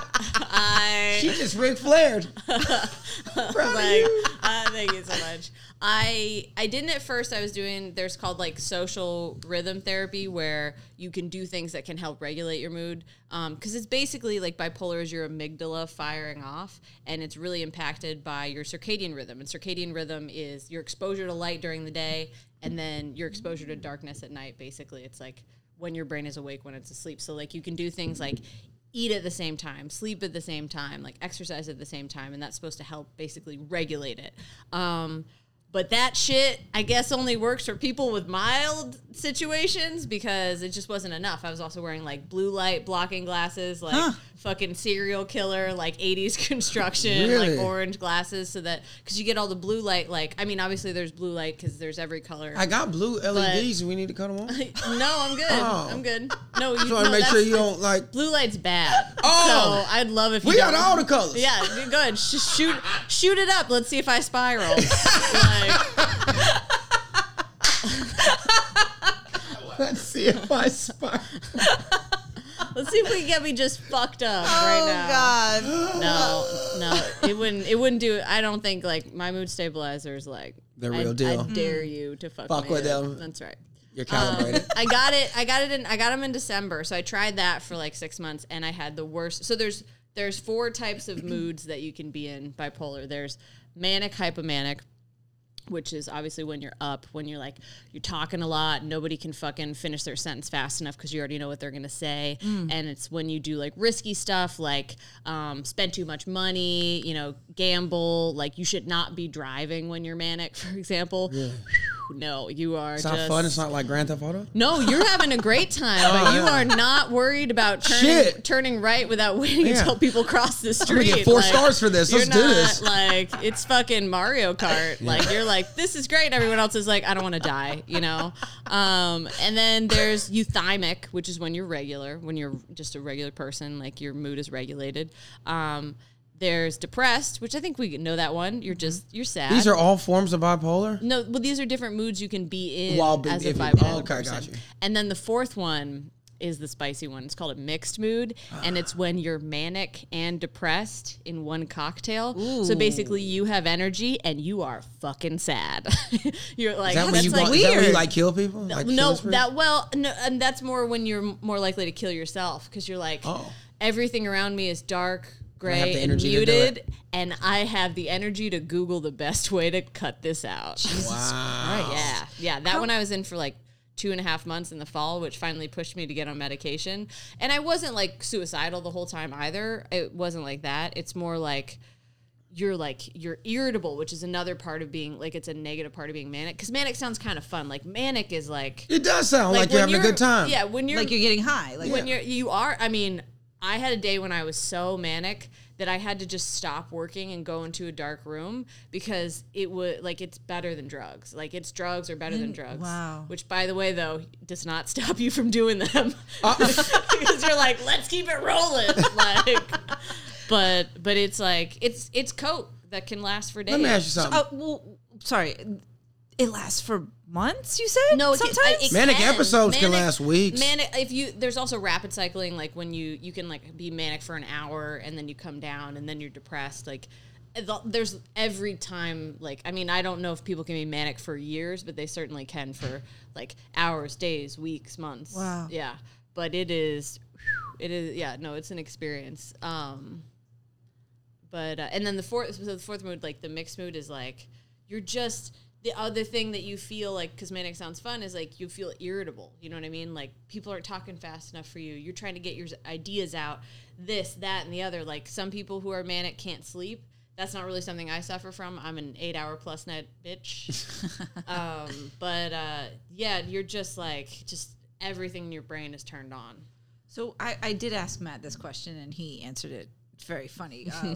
S5: I
S3: she just Ric Flaired. Proud of
S5: like,
S3: you.
S5: uh, thank you so much. I I didn't at first. I was doing there's called like social rhythm therapy where you can do things that can help regulate your mood because it's basically like bipolar is your amygdala firing off and it's really impacted by your circadian rhythm and circadian rhythm is your exposure to light during the day and then your exposure to darkness at night. Basically, it's like when your brain is awake when it's asleep. So like you can do things like eat at the same time, sleep at the same time, like exercise at the same time, and that's supposed to help basically regulate it. Um, but that shit, I guess, only works for people with mild situations because it just wasn't enough. I was also wearing like blue light blocking glasses, like fucking serial killer, like 80s construction,
S3: Really?
S5: like orange glasses, so that because you get all the blue light. Like, I mean, obviously there's blue light because there's every color.
S3: I got blue LEDs. we need to cut them off. Just
S5: no, I'm good.
S3: Oh.
S5: I'm good. No, you
S3: want to
S5: no,
S3: make sure
S5: that's-
S3: you don't like.
S5: Blue light's bad.
S3: Oh.
S5: so I'd love if you
S3: We got
S5: don't-
S3: all the colors.
S5: Yeah, dude, go ahead. Sh- shoot, shoot it up. Let's see if I spiral. like,
S3: Let's see if I spot.
S5: let's see if we can get me just fucked up right
S4: Oh
S5: now.
S4: God!
S5: No, no, it wouldn't. It wouldn't do. I don't think like my mood stabilizers. Like
S3: The
S5: I-
S3: real deal.
S5: I dare
S4: Mm.
S5: you to fuck,
S3: Fuck
S5: me
S3: with
S5: up.
S3: them.
S5: That's right.
S3: You're calibrated.
S5: I got it. I got it in. I got them in December, so I tried that for like six months, and I had the worst. So there's there's four types of moods that you can be in bipolar. There's manic, hypomanic, which is obviously when you're up, when you're like you're talking a lot, nobody can fucking finish their sentence fast enough because you already know what they're gonna say,
S3: Mm.
S5: and it's when you do like risky stuff, like um, spend too much money, you know, gamble, like you should not be driving when you're manic, for example. Whew, No, you are
S3: it's
S5: just
S3: not fun. It's not like Grand Theft Auto.
S5: no, you're having a great time, but you are not worried about turning,
S3: Oh, Shit.
S5: turning right without waiting
S3: Yeah.
S5: until people cross the street.
S3: gonna get four stars for this.
S5: you're
S3: Let's do
S5: not,
S3: this.
S5: Like it's fucking Mario Kart. Like you're like this is great. Everyone else is like I don't want to die. You know. Um, and then there's euthymic, which is when you're regular, when you're just a regular person, like your mood
S3: Mm-hmm.
S5: is regulated. Um, there's depressed, which I think we know that one. You're just you're sad.
S3: Mm-hmm. These are all forms of bipolar.
S5: No, well, these are different moods you can be in
S3: While be-
S5: as a
S3: if you- oh,
S5: bipolar
S3: okay,
S5: person.
S3: got you.
S5: And then the fourth one is the spicy one. It's called a mixed mood, and it's when you're manic and depressed in one cocktail. So basically, you have energy and you are fucking sad. you're like
S3: Is that when
S5: that's
S3: you
S5: like
S3: want, is that when you
S4: weird.
S3: like kill people? Like
S5: no,
S3: killing spree?
S5: that well, no, and that's more when you're m- more likely to kill yourself because you're like,
S3: Oh.
S5: everything around me is dark,
S3: have the
S5: gray, and
S3: energy to do it.
S5: muted, and I have the energy to Google the best way to cut this out.
S3: Wow.
S5: Yeah, yeah. That one I was in for like two and a half months in the fall, which finally pushed me to get on medication. And I wasn't like suicidal the whole time either. It wasn't like that. It's more like you're like you're irritable, which is another part of being like it's a negative part of being manic. Because manic sounds kind of fun. Like manic is like
S3: It does sound like, you're
S5: when
S3: having a good time.
S5: Yeah, when you're
S4: Like you're getting high. Like
S5: when you're you are i mean i had a day when i was so manic that i had to just stop working and go into a dark room because it would like it's better than drugs like it's drugs are better than
S3: Mm,
S5: drugs
S4: wow.
S5: which by the way though does not stop you from doing them
S3: Uh.
S5: because you're like let's keep it rolling like but but it's like it's it's coke that can last for days
S3: Let me ask you
S5: Um,
S3: something.
S4: oh, well, sorry. It lasts for months. You said
S5: No, it can-
S4: sometimes.
S5: it
S3: Manic
S5: can.
S3: episodes can last weeks.
S5: Manic, if you there's also rapid cycling, like when you you can like be manic for an hour and then you come down and then you're depressed. Like the- there's every time. Like I mean, I don't know if people can be manic for years, but they certainly can for like hours, days, weeks, months.
S4: Wow.
S5: Yeah, but it is, it is. Yeah, no, it's an experience. Um, but uh, and then the fourth, so the fourth mood, like the mixed mood, is like you're just the other thing that you feel like because manic sounds fun is like you feel irritable. You know what I mean? Like people aren't talking fast enough for you. You're trying to get your ideas out. This, that, and the other. Like some people who are manic can't sleep. That's not really something I suffer from. I'm an eight hour plus night bitch. um, but uh, yeah, you're just like just everything in your brain is turned on.
S4: So I, I did ask Matt this question and he answered it very funny um,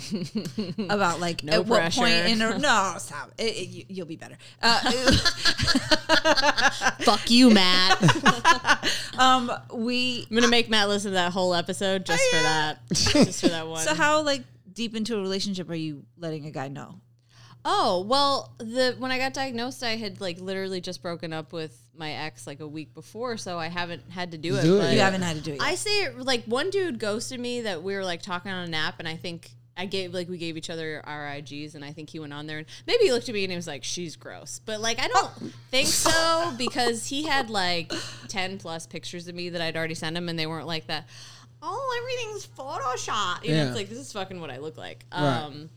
S4: about like at what
S5: pressure.
S4: point in a, no stop it, it, you, you'll be better uh,
S5: Fuck you, Matt. I'm
S4: um we
S5: gonna make Matt listen to that whole episode just for that, just for that one.
S4: so how like deep into a relationship are you letting a guy know
S5: Oh well, the when I got diagnosed, I had like literally just broken up with my ex like a week before, so I haven't had to do it.
S3: Do it
S5: but
S4: you haven't had to do it yet.
S5: I say it like one dude ghosted me that we were like talking on an app, and I think I I gave like we gave each other our IGs, and I think he went on there and maybe he looked at me and he was like, "She's gross," but like I
S3: Oh.
S5: don't think so because he had like ten plus pictures of me that I'd already sent him, and they weren't like that. Oh, everything's Photoshop. You know,
S3: Yeah.
S5: it's like this is fucking what I look like.
S3: Right.
S5: Um,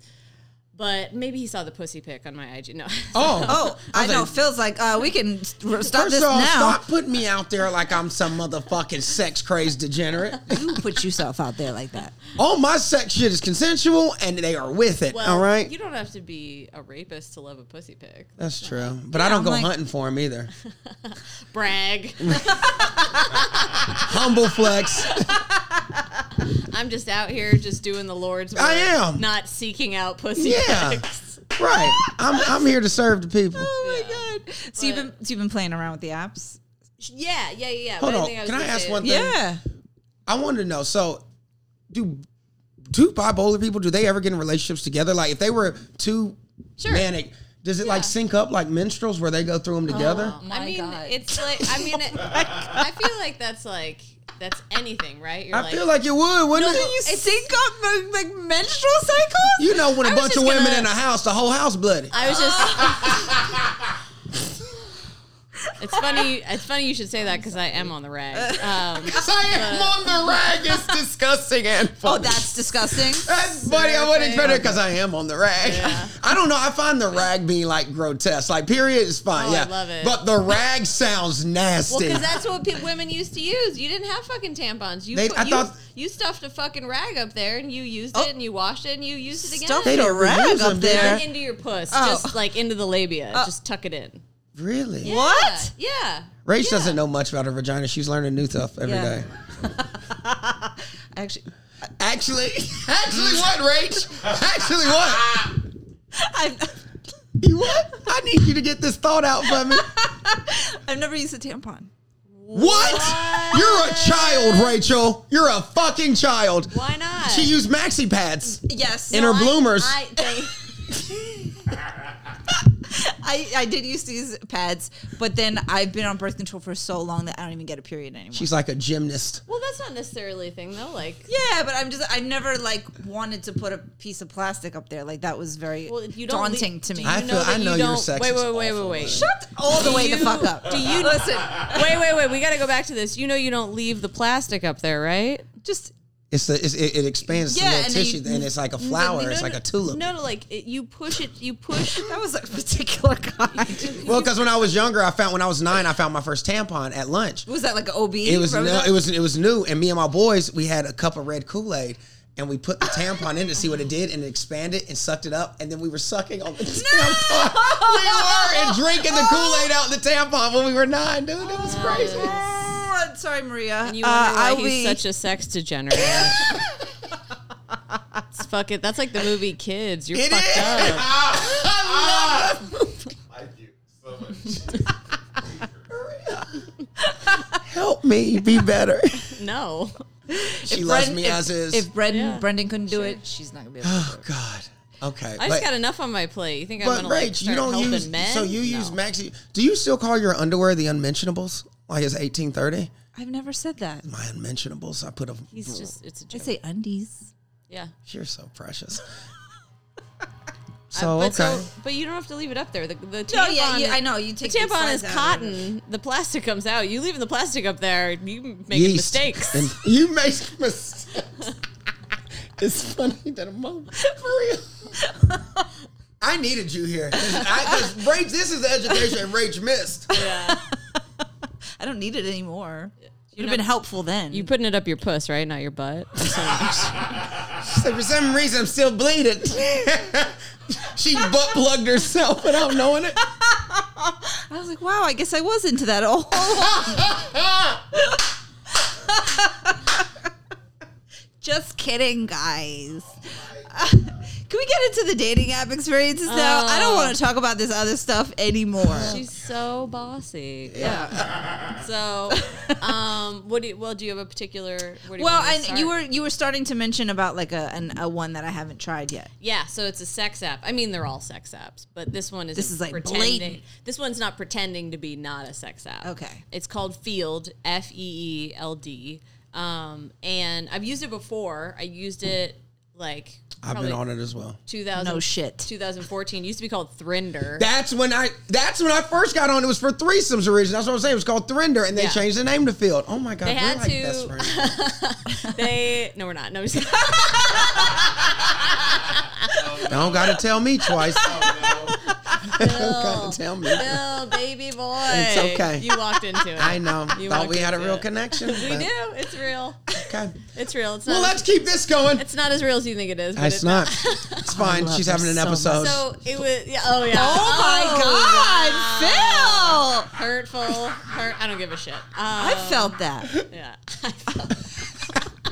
S5: but maybe he saw the pussy pic on my IG. No,
S3: Oh,
S4: Oh, I,
S3: was
S4: know.
S3: like,
S4: Phil's like, uh, we can s- r- stop
S3: First
S4: this
S3: of all,
S4: now.
S3: stop putting me out there like I'm some motherfucking sex crazed degenerate.
S4: You put yourself out there like that.
S3: all my sex shit is consensual, and they are with it.
S5: well,
S3: all right,
S5: You don't have to be a rapist to love a pussy pic.
S3: that's true. But I don't
S4: I'm
S3: go
S4: like-
S3: hunting for them either.
S5: Brag.
S3: Humble flex.
S5: I'm just out here just doing the Lord's work.
S3: I am.
S5: Not seeking out pussy
S3: Yeah.
S5: pics.
S3: right. I'm I'm here to serve the people.
S4: Oh
S5: Yeah.
S4: my god! So you've been so you've been playing around with the apps?
S5: Yeah, yeah, yeah. yeah.
S3: Hold
S5: But
S3: on.
S5: think was
S3: Can I
S5: gonna
S3: ask
S5: say-
S3: one thing?
S4: Yeah.
S3: I wanted to know. So, do two bipolar people do they ever get in relationships together? Like, if they were two
S5: Sure.
S3: manic, does it like sync up like minstrels where they go through them together?
S5: Oh,
S6: My
S5: I mean,
S6: God.
S5: it's like I mean,
S3: Oh
S5: it, I feel like that's like that's anything, right? You're
S3: I feel like you would, wouldn't
S5: No,
S3: it?
S4: You sync up the like menstrual cycles?
S3: You know, when a
S5: I was
S3: bunch of
S5: just
S3: women
S5: gonna-
S3: in a house, the whole house bloody.
S5: I was just. it's funny. It's funny you should say that because I am on the rag. Um,
S3: on the rag. It's disgusting and
S4: oh, that's disgusting.
S3: That's funny. I wasn't trying because I am on the rag. I don't know. I find the rag being like grotesque. Like period is fine.
S5: Oh, I
S3: yeah,
S5: love it.
S3: But the rag sounds
S5: well,
S3: nasty.
S5: because that's what pe- women used to use. You didn't have fucking tampons. You
S3: They-
S5: put,
S3: I
S5: you,
S3: thought- Oh.
S5: you stuffed a fucking rag up there and you used it and you washed it and you used it again.
S4: Stuff
S3: They
S4: a
S3: don't
S4: rag
S3: reuse
S4: up
S3: them, do
S4: there.
S5: Not into your puss,
S4: Oh.
S5: just like into the labia. just tuck it in.
S3: really?
S4: What?
S5: Yeah. yeah.
S3: Rach doesn't know much about her vagina. She's learning new stuff every day.
S4: Yeah. Actually,
S3: Actually, actually, what, Rach? Actually, what?
S4: I've
S3: You what? I need you to get this thought out for me.
S4: I've never used a tampon.
S3: What? You're a child, Rachel. You're a fucking child.
S5: Why not?
S3: She used maxi pads
S4: Yes.
S3: in her bloomers.
S5: I, they-
S4: I, I did used to use pads, but then I've been on birth control for so long that I don't even get a period anymore.
S3: She's like a gymnast.
S5: well, that's not necessarily a thing though. Like,
S4: yeah, but I'm just I've never like wanted to put a piece of plastic up there. Like that was very
S5: well, you don't
S4: daunting
S5: le-
S4: to
S5: do
S4: me.
S5: you
S3: I
S5: know
S3: feel-
S5: that
S3: I know
S5: you
S3: your
S5: don't,
S3: sex
S5: Wait,
S3: is
S5: wait, wait,
S3: awful,
S5: wait, wait.
S4: Shut all the way
S5: Do
S4: the fuck
S5: you-
S4: up.
S5: Do you listen? Wait, wait, wait. We got to go back to this. You know, you don't leave the plastic up there, right?
S4: Just
S3: It's the it's, it, it expands
S4: Yeah,
S3: the little
S4: and then
S3: tissue,
S4: you-
S3: and it's like a flower.
S5: No,
S3: it's
S5: no,
S3: like a
S5: no,
S3: tulip.
S5: No, no, like it, you push it. You push.
S4: that was a particular kind.
S3: Well, because when I was younger, I found when I was nine, I found my first tampon at lunch.
S4: was that like an OB?
S3: It was
S4: Remember
S3: no,
S4: that?
S3: it was it was new, and me and my boys, we had a cup of red Kool Aid, and we put the tampon in to see what it did, and it expanded and sucked it up, and then we were sucking on the tampon. We were and drinking the Kool Aid out the tampon when we were nine, dude. It was crazy.
S4: Oh, I'm sorry, Maria. Uh,
S5: And you wonder why
S4: I'll
S5: he's
S4: be-
S5: such a sex degenerate. it's fuck it. That's like the movie Kids. You're
S3: It
S5: fucked
S3: is.
S5: up.
S4: Ah,
S3: I love it.
S7: I do so much.
S3: Help me be better.
S5: No.
S3: She loves
S4: Bren-
S3: me
S4: if,
S3: as is.
S4: If Brendan,
S5: Yeah.
S4: Brendan couldn't do it, she's not gonna be able to.
S3: oh God. Okay.
S5: I just got enough on my plate. You think I'm
S3: But
S5: gonna
S3: Rach,
S5: like start
S3: you don't
S5: helping
S3: use
S5: men?
S3: so you
S5: No.
S3: use maxi. Do you still call your underwear the unmentionables? Like it's eighteen thirty.
S4: I've never said that.
S3: My unmentionables. I put a.
S5: He's just. It's a
S4: I
S5: joke.
S4: say undies.
S5: yeah.
S3: You're so precious.
S5: I-
S3: so
S5: but
S3: okay.
S5: but you don't have to leave it up there. The, the tampon.
S4: No, Oh, yeah, you, I know. You
S5: The
S4: take the
S5: tampon is
S4: slides out.
S5: cotton. The plastic comes out. You leaving the plastic up there, you making
S3: Yeast.
S5: mistakes.
S3: And you make mistakes. it's funny that I'm on for real. I needed you here. I, 'cause Rach, this is the education Rach missed.
S5: yeah.
S4: I don't need it anymore. It would
S5: not-
S4: have been helpful then.
S5: You putting it up your puss, right? Not your butt.
S3: So for some reason, I'm still bleeding. she butt plugged herself without knowing it.
S4: I was like, wow, I guess I was into that all along. Just kidding, guys. Can we get into the dating app experiences now? I don't
S5: Oh.
S4: want to talk about this other stuff anymore.
S5: She's so bossy. Yeah. so, um, what do you, well, do you have a particular, where do you
S4: Well,
S5: want me to
S4: and you
S5: start?
S4: were you were starting to mention about like a an, a one that I haven't tried yet.
S5: Yeah, so it's a sex app. I mean, they're all sex apps, but this one is
S4: This is, like, blatant.
S5: This one's not pretending to be not a sex app.
S4: Okay.
S5: it's called Field F E E L D, um, and I've used it before. I used it like
S3: I've
S5: probably
S3: been on it as well.
S5: 2000,
S4: No shit.
S5: 2014 used to be called Thrinder.
S3: That's when I. That's when I first got on. It was for threesomes originally. That's what I'm saying. It was called Thrinder, and they
S5: Yeah.
S3: changed the name to Field. Oh my god,
S5: They
S3: we're
S5: had
S3: like
S5: to.
S3: best friends.
S5: they no, we're not. No, I'm just
S3: Don't gotta tell me twice. Don't gotta tell me.
S5: Bill, baby boy.
S3: It's okay.
S5: You walked into it.
S3: I know.
S5: You
S3: Thought
S5: walked
S3: we had a
S5: into
S3: real
S5: it.
S3: connection.
S5: We do. It's real.
S3: Okay.
S5: It's real. It's not.
S3: Well, let's keep this going.
S5: it's not as real as you think it is. But
S3: It's not. It's fine.
S4: love
S3: She's
S4: her
S3: having an
S4: so much.
S3: episode.
S5: So it was. Yeah, oh yeah.
S4: Oh, my God, Phil!
S5: Hurtful. Hurt. I don't give a shit. Um,
S4: I felt that.
S5: Yeah. I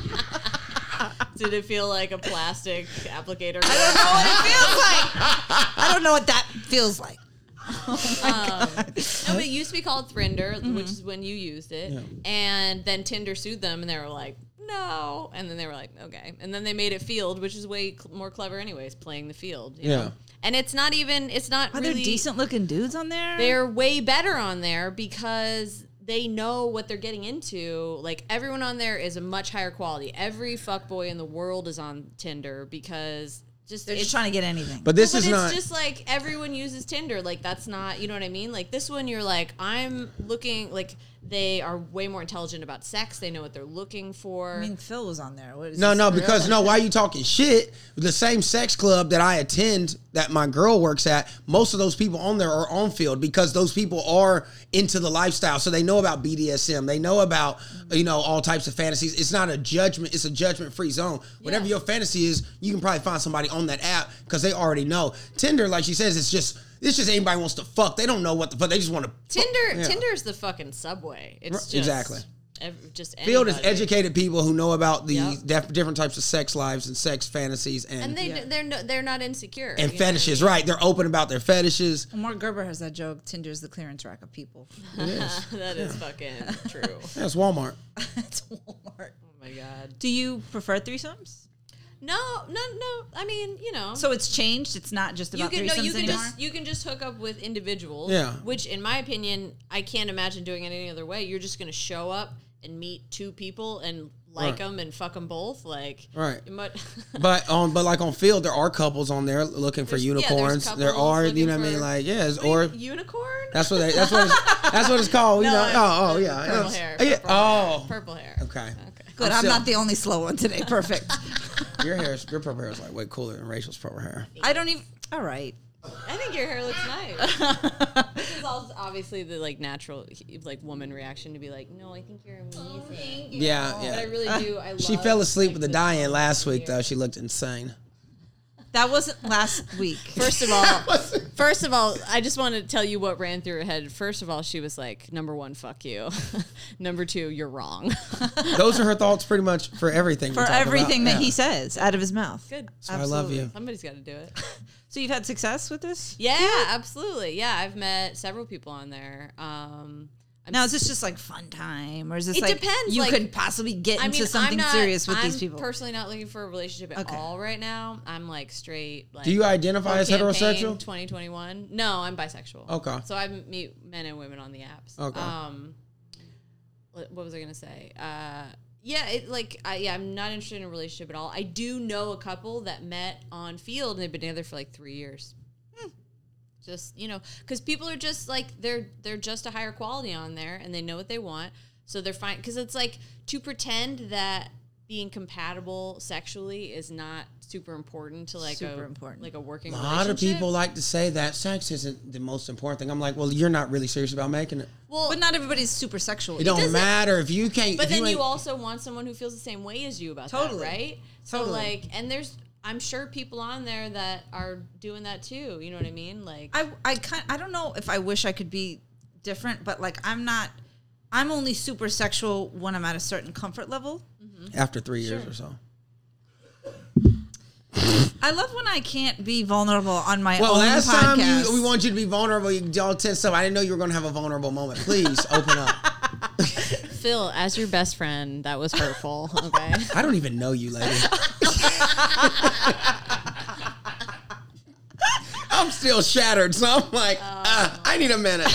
S5: felt- Did it feel like a plastic applicator?
S4: I don't know what it feels like. I don't know what that feels like.
S5: No, but it used to be called Thrinder, which is when you used it. And then Tinder sued them, and they were like, no. And then they were like, okay. And then they made it Field, which is way cl- more clever, anyways, playing the field. you
S3: Yeah.
S5: know? And it's not even, it's not
S4: Are
S5: really.
S4: there decent looking dudes on there?
S5: They're way better on there because they know what they're getting into. Like everyone on there is a much higher quality. Every fuckboy in the world is on Tinder because just
S4: They're
S5: it's
S4: just trying to get anything.
S3: but this
S5: but
S3: is
S5: it's
S3: not.
S5: just like everyone uses Tinder. Like that's not, you know what I mean? Like this one, you're like, I'm looking like they are way more intelligent about sex. They know what they're looking for.
S4: I mean, Phil was on there. What is
S3: no,
S4: this?
S3: no, because no. Why are you talking shit? The same sex club that I attend, that my girl works at, most of those people on there are on field because those people are into the lifestyle, so they know about BDSM, they know about you know all types of fantasies. It's not a judgment; it's a judgment-free zone. Whatever your fantasy is, you can probably find somebody on that app because they already know. Tinder, like she says, it's just it's just anybody wants to fuck. They don't know what the fuck. They just want to.
S5: Tinder,
S3: Yeah.
S5: Tinder's the fucking subway. It's just
S3: exactly.
S5: ev- just
S3: Field is
S5: anybody.
S3: educated people who know about the
S5: Yep.
S3: def- different types of sex lives and sex fantasies and
S5: and they they're no, they're not insecure
S3: and
S5: you know what I
S3: fetishes,
S5: mean?
S3: right? They're open about their fetishes.
S4: Mark Gerber has that joke. Tinder's the clearance rack of people.
S3: It is.
S5: That is fucking true.
S3: That's Walmart.
S4: That's Walmart.
S5: Oh my god.
S4: Do you prefer threesomes?
S5: No, no, no. I mean, you know.
S4: So it's changed. It's not just
S5: you
S4: about
S5: can
S4: threesomes
S5: no, you can
S4: anymore.
S5: just you can just hook up with individuals.
S3: Yeah.
S5: Which, in my opinion, I can't imagine doing it any other way. You're just gonna show up and meet two people and like
S3: Right.
S5: them and fuck them both. Like
S3: Right.
S5: you might-
S3: But um, but like on field, there are couples on there looking for
S5: There's- yeah, there's
S3: unicorns. there
S5: couples
S3: are, you
S5: looking
S3: know what I mean?
S5: for-
S3: Like yes,
S5: What
S3: or
S5: do you- unicorn.
S3: that's what they, that's what it's, that's what it's called. You
S5: No,
S3: know?
S5: it's-
S3: Oh, oh yeah,
S5: Purple
S3: It's-
S5: hair.
S3: yeah.
S5: Purple
S3: Oh,
S5: Hair, purple hair.
S3: okay.
S4: Good. I'm
S3: I'm
S4: not the only slow one today. Perfect.
S3: Your hair, is- your purple hair is like way cooler than Rachel's purple hair.
S4: I don't even. All right.
S5: I think your hair looks nice. this is all obviously the like natural like woman reaction to be like, no, I think you're amazing.
S3: Yeah,
S5: But I
S3: yeah.
S5: really do. I love
S3: Oh, She fell asleep
S5: like,
S3: with the dye in last week though. She looked insane.
S4: That wasn't last week.
S5: First of all, first of all, I just want to tell you what ran through her head. First of all, she was like, number one, fuck you. number two, you're wrong.
S3: Those are her thoughts pretty much for everything. we
S4: For
S3: talk about.
S4: everything that
S3: Yeah.
S4: he says out of his mouth.
S5: Good.
S3: So I love you.
S5: Somebody's got to do it.
S4: So you've had success with this?
S5: Yeah, absolutely. Yeah, I've met several people on there. Um,
S4: Now is this just like fun time, or is this
S5: It
S4: like
S5: depends,
S4: you
S5: like-
S4: could possibly get
S5: I
S4: into
S5: mean,
S4: something
S5: I'm not,
S4: serious with
S5: I'm
S4: these people?
S5: personally not looking for a relationship at
S4: Okay.
S5: all right now. I'm like straight. Like,
S3: Do you identify as
S5: campaign
S3: heterosexual?
S5: 2021. No, I'm bisexual.
S3: Okay.
S5: So I meet men and women on the apps.
S3: Okay.
S5: Um, what what was I gonna say? Uh, yeah, it like I yeah, I'm not interested in a relationship at all. I do know a couple that met on field and they've been together for like three years. Just you know, because people are just like they're they're just a higher quality on there and they know what they want, so they're fine. Because it's like to pretend that being compatible sexually is not super important to like
S4: Super
S5: a
S4: important.
S5: like a working
S3: A lot of
S5: relationship.
S3: people like to say that sex isn't the most important thing. I'm like, well, you're not really serious about making it.
S5: well,
S4: but not everybody's super sexual.
S3: It don't matter if you can't.
S5: But
S3: if
S5: then you,
S3: ain't-
S5: also want someone who feels the same way as you about
S4: Totally.
S5: that, right? So
S4: Totally.
S5: like, and there's I'm sure people on there that are doing that too. You know what I mean? Like,
S4: I I kind I don't know if I wish I could be different, but like I'm not. I'm only super sexual when I'm at a certain comfort level.
S3: after three years or so.
S4: I love when I can't be vulnerable on my
S3: Well,
S4: own
S3: last
S4: podcast.
S3: time you, we want you to be vulnerable, you y'all tense up. I didn't know you were going to have a vulnerable moment. Please open up.
S5: Phil, as your best friend, that was hurtful. Okay.
S3: I don't even know you, lady. I'm still shattered, so I'm like, ah, I need a minute.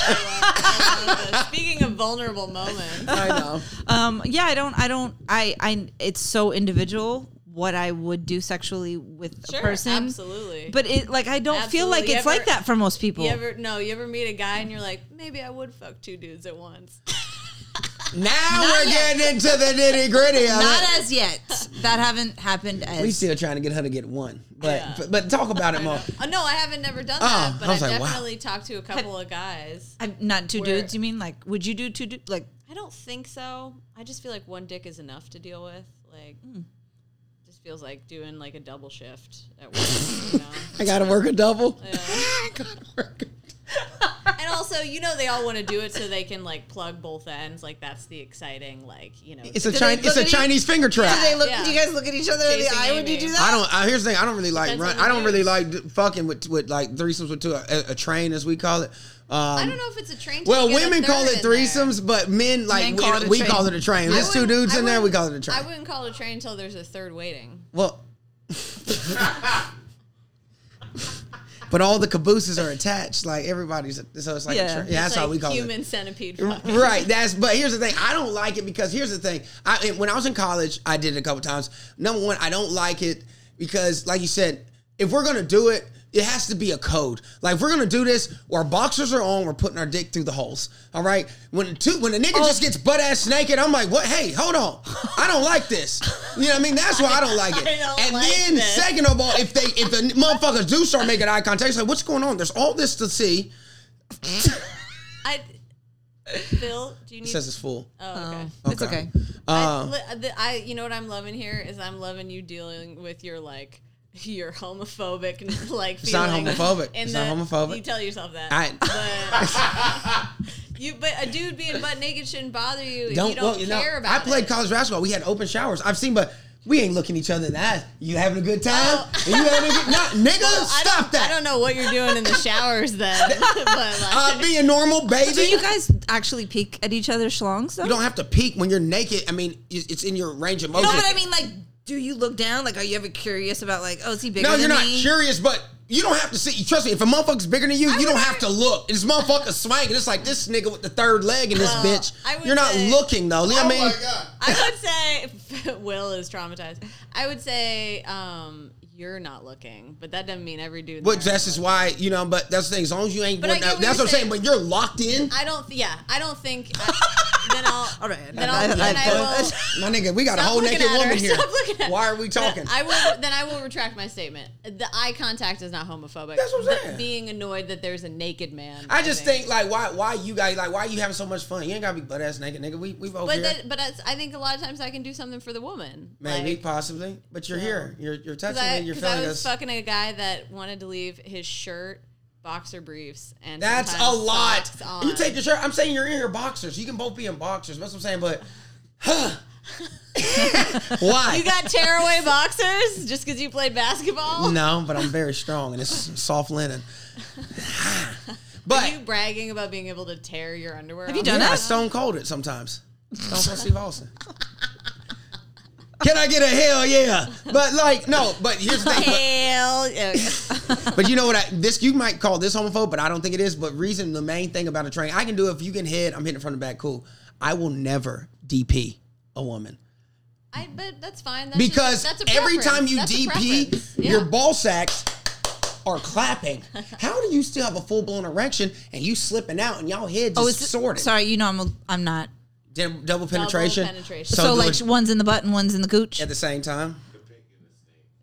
S5: Speaking of vulnerable moments,
S3: I know.
S4: um, yeah, I don't. I don't. I. I. It's so individual what I would do sexually with
S5: Sure,
S4: a person.
S5: absolutely.
S4: But it like I don't feel like
S5: Absolutely.
S4: it's
S5: You
S4: like
S5: ever-
S4: that for most people.
S5: You ever no? You ever meet a guy and you're like, maybe I would fuck two dudes at once.
S3: Now we're getting into the nitty gritty of
S4: Not
S3: it.
S4: as yet. That haven't happened as
S3: We still trying to get her to get one, but
S5: Yeah.
S3: but, but talk about it more.
S5: Oh, no, I haven't never done
S3: Oh,
S5: that, but
S3: I
S5: I
S3: was
S5: have
S3: like, wow.
S5: definitely talked to a couple of guys.
S4: I'm not two
S5: Where-
S4: dudes. You mean like would you do two du- like
S5: I don't think so. I just feel like one dick is enough to deal with. Like,
S3: Hmm.
S5: just feels like doing like a double shift at work. you know?
S3: I gotta work a double. I gotta work. a-
S5: And also, you know, they all want to do it so they can like plug both ends. Like that's the exciting, like you know.
S3: It's a
S4: Do they
S3: Chinese. It's a
S4: look at you?
S3: Chinese finger trap.
S4: Do they look?
S5: Yeah.
S4: Do you guys look at each other in the
S5: Chasing
S4: eye when you
S5: Amy.
S4: do
S3: I
S4: that?
S3: don't. I, here's the thing. I don't really like run.
S5: Depends on
S3: I
S5: the
S3: don't really
S5: news.
S3: like d- fucking with with like threesomes with two a, a train as we call it. Um,
S5: I don't know if it's a train. to
S3: Well,
S5: get a
S3: women call
S5: third
S3: it
S5: in there.
S3: threesomes, but men like
S4: Men
S3: we,
S4: call it a
S3: we
S4: train.
S3: call it a train.
S5: I
S3: There's two
S5: wouldn't-
S3: dudes
S5: I
S3: in there. We
S5: wouldn't-
S3: call it a train.
S5: I wouldn't call it a train until there's a third waiting.
S3: Well, but all the cabooses are attached. Like everybody's, so it's like yeah,
S4: Yeah.
S3: yeah
S4: It's
S3: that's how
S5: like
S3: we call it.
S5: human centipede. fucking.
S3: Right. That's but here's the thing. I don't like it because here's the thing. I when I was in college, I did it a couple times. Number one, I don't like it because, like you said, if we're gonna do it, it has to be a code. Like if we're gonna do this, our boxers are on. We're putting our dick through the holes. All right. When two, when a nigga
S5: Oh.
S3: just gets butt ass naked, I'm like, what? Hey, hold on. I don't like this. You know what I mean? That's why I don't like it.
S5: I don't
S3: and
S5: like
S3: then
S5: this.
S3: second of all, if they if the motherfuckers do start making eye contact, it's like what's going on? There's all this to see.
S5: I, Phil, do you
S3: It
S5: need?
S3: says it's full.
S5: oh, okay.
S4: It's okay.
S5: I,
S3: Um,
S5: li- the- I, you know what I'm loving here is I'm loving you dealing with your like your homophobic like.
S3: It's not
S5: feeling
S3: homophobic.
S5: in
S3: It's not homophobic.
S5: You tell yourself that.
S3: I.
S5: But you, but a dude being butt naked shouldn't bother you. If
S3: don't,
S5: you
S3: well,
S5: don't
S3: you know,
S5: care
S3: I
S5: about.
S3: played
S5: it.
S3: college basketball. We had open showers. I've seen, but we ain't looking each other in the eyes. You having a good time? You having a good nah, nigga?
S5: I
S3: stop
S5: don't- I
S3: that.
S5: don't know what you're doing in the showers then. but like,
S3: Uh, being normal, baby.
S4: Do you guys actually peek at each other's schlongs though?
S3: You don't have to peek when you're naked. I mean, it's it's in your range of motion.
S4: no, but I mean like, do you look down? Like, are you ever curious about like, oh, is he bigger
S3: No,
S4: than
S3: you're not
S4: me?
S3: curious, but you don't have to see. Trust me, if a motherfucker's bigger than you, you don't have to look. This motherfucker swanking. It's like this nigga with the third leg in this
S5: Well,
S3: bitch.
S5: I would
S3: You're not
S5: say-
S3: looking though. You
S7: Oh
S3: know what I mean,
S7: my god.
S5: I would say Will is traumatized. I would say um, you're not looking, but that doesn't mean every dude.
S3: but
S5: there
S3: that's
S5: is
S3: just
S5: looking.
S3: why you know. But that's the thing. As long as you ain't,
S5: But I
S3: going
S5: get
S3: out-
S5: what
S3: that's what
S5: you're
S3: I'm saying.
S5: saying.
S3: When you're locked in,
S5: I don't. th- Yeah, I don't think. I, then I'll.
S4: All right.
S5: Then
S4: I-
S5: I'll.
S4: I-
S5: Then I,
S4: I-
S5: will.
S3: My nigga, we got a
S5: Stop
S3: whole
S5: looking
S3: naked
S5: at her.
S3: woman here.
S5: Stop looking at-
S3: Why are we talking?
S5: I will. Then I will retract my statement. The eye contact is not homophobic.
S3: That's what I'm
S5: But
S3: saying.
S5: Being annoyed that there's a naked man.
S3: I just think like why why you guys like why you having so much fun? You ain't gotta be butt ass naked, nigga. We we over
S5: But
S3: here.
S5: that, but that's, I think a lot of times I can do something for the woman.
S3: Maybe
S5: Like,
S3: possibly, but you're here. You're you're touching
S5: Because I,
S3: me. You're
S5: 'cause I
S3: feeling
S5: was
S3: us.
S5: fucking a guy that wanted to leave his shirt, boxer briefs, and
S3: That's a
S5: sometimes
S3: lot.
S5: socks on.
S3: You take your shirt. I'm saying you're in your boxers. You can both be in boxers. That's what I'm saying. But huh? why?
S5: You got tearaway boxers just because you played basketball.
S3: no, but I'm very strong and it's soft linen. but
S5: Are you bragging about being able to tear your underwear?
S4: Have you
S5: off?
S4: done
S3: yeah, I
S4: it?
S3: stone cold it sometimes. Stone cold Steve Austin. Can I get a hell yeah? But like, no. But here's the thing. but-
S5: Hell yeah.
S3: But you know what? I, this you might call this homophobe, but I don't think it is. But reason the main thing about a train, I can do it if you can hit. I'm hitting from the back. Cool. I will never DP a woman
S5: I, but that's fine. That's
S3: because
S5: just, that's a
S3: every
S5: preference.
S3: time you
S5: That's a
S3: DP,
S5: preference. yeah.
S3: your ball sacks are clapping. How do you still have a full blown erection and you slipping out and y'all head just
S4: Oh, is it,
S3: sorted?
S4: sorry, you know I'm a, I'm not.
S3: Did- double penetration.
S5: penetration.
S4: So,
S3: do
S4: like
S3: it
S4: one's in the butt and one's in the gooch.
S3: at the same time,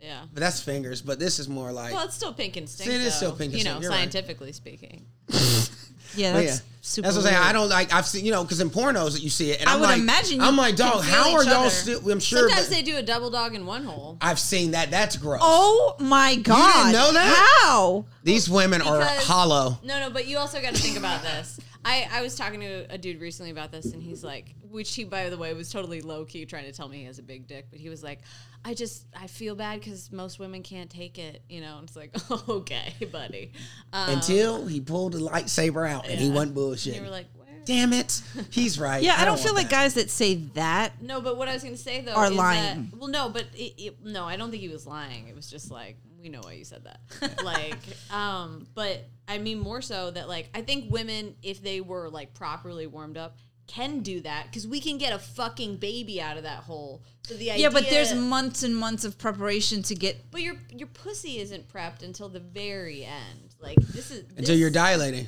S5: Yeah.
S3: but that's fingers. But this is more like
S5: Well, it's still pink instinct.
S3: See, it is
S5: though,
S3: still pink
S5: You know,
S3: instinct. You're right.
S5: scientifically speaking.
S4: yeah,
S3: But
S4: that's
S3: oh, yeah. That's
S4: super.
S3: what I'm saying.
S4: weird.
S3: I don't like. I've seen you know because in pornos that you see it, and
S4: I
S3: am
S4: would
S3: like,
S4: imagine you
S3: I'm like, dog,
S4: can
S3: how
S4: feel
S3: are
S4: each
S3: y'all
S4: other."
S3: still? I'm sure.
S5: Sometimes
S3: but
S5: they do a double dog in one hole.
S3: I've seen that. That's gross.
S4: Oh my god!
S3: know that?
S4: How?
S3: These women are
S5: Because-
S3: hollow.
S4: uh,
S5: No, no, but you also got to think about this. I, I was talking to a dude recently about this, and he's like, which he, by the way, was totally low key trying to tell me he has a big dick, but he was like, I just, I feel bad because most women can't take it, you know? And it's like, okay, buddy. Um,
S3: Until he pulled the lightsaber out and he wasn't bullshit.
S5: you were like, where?
S3: Damn it, he's right.
S4: Yeah, I don't feel like
S3: want
S4: guys that say that.
S5: No, but what I was going to say though
S4: Are
S5: is
S4: lying.
S5: That, well, no, but it, it, no, I don't think he was lying. It was just like we know why you said that. like, um, but I mean more so that like I think women, if they were like properly warmed up, can do that because we can get a fucking baby out of that hole. So the idea,
S4: Yeah, but there's months and months of preparation to get.
S5: but your your pussy isn't prepped until the very end. Like this is
S3: until
S5: this-
S3: you're dilating.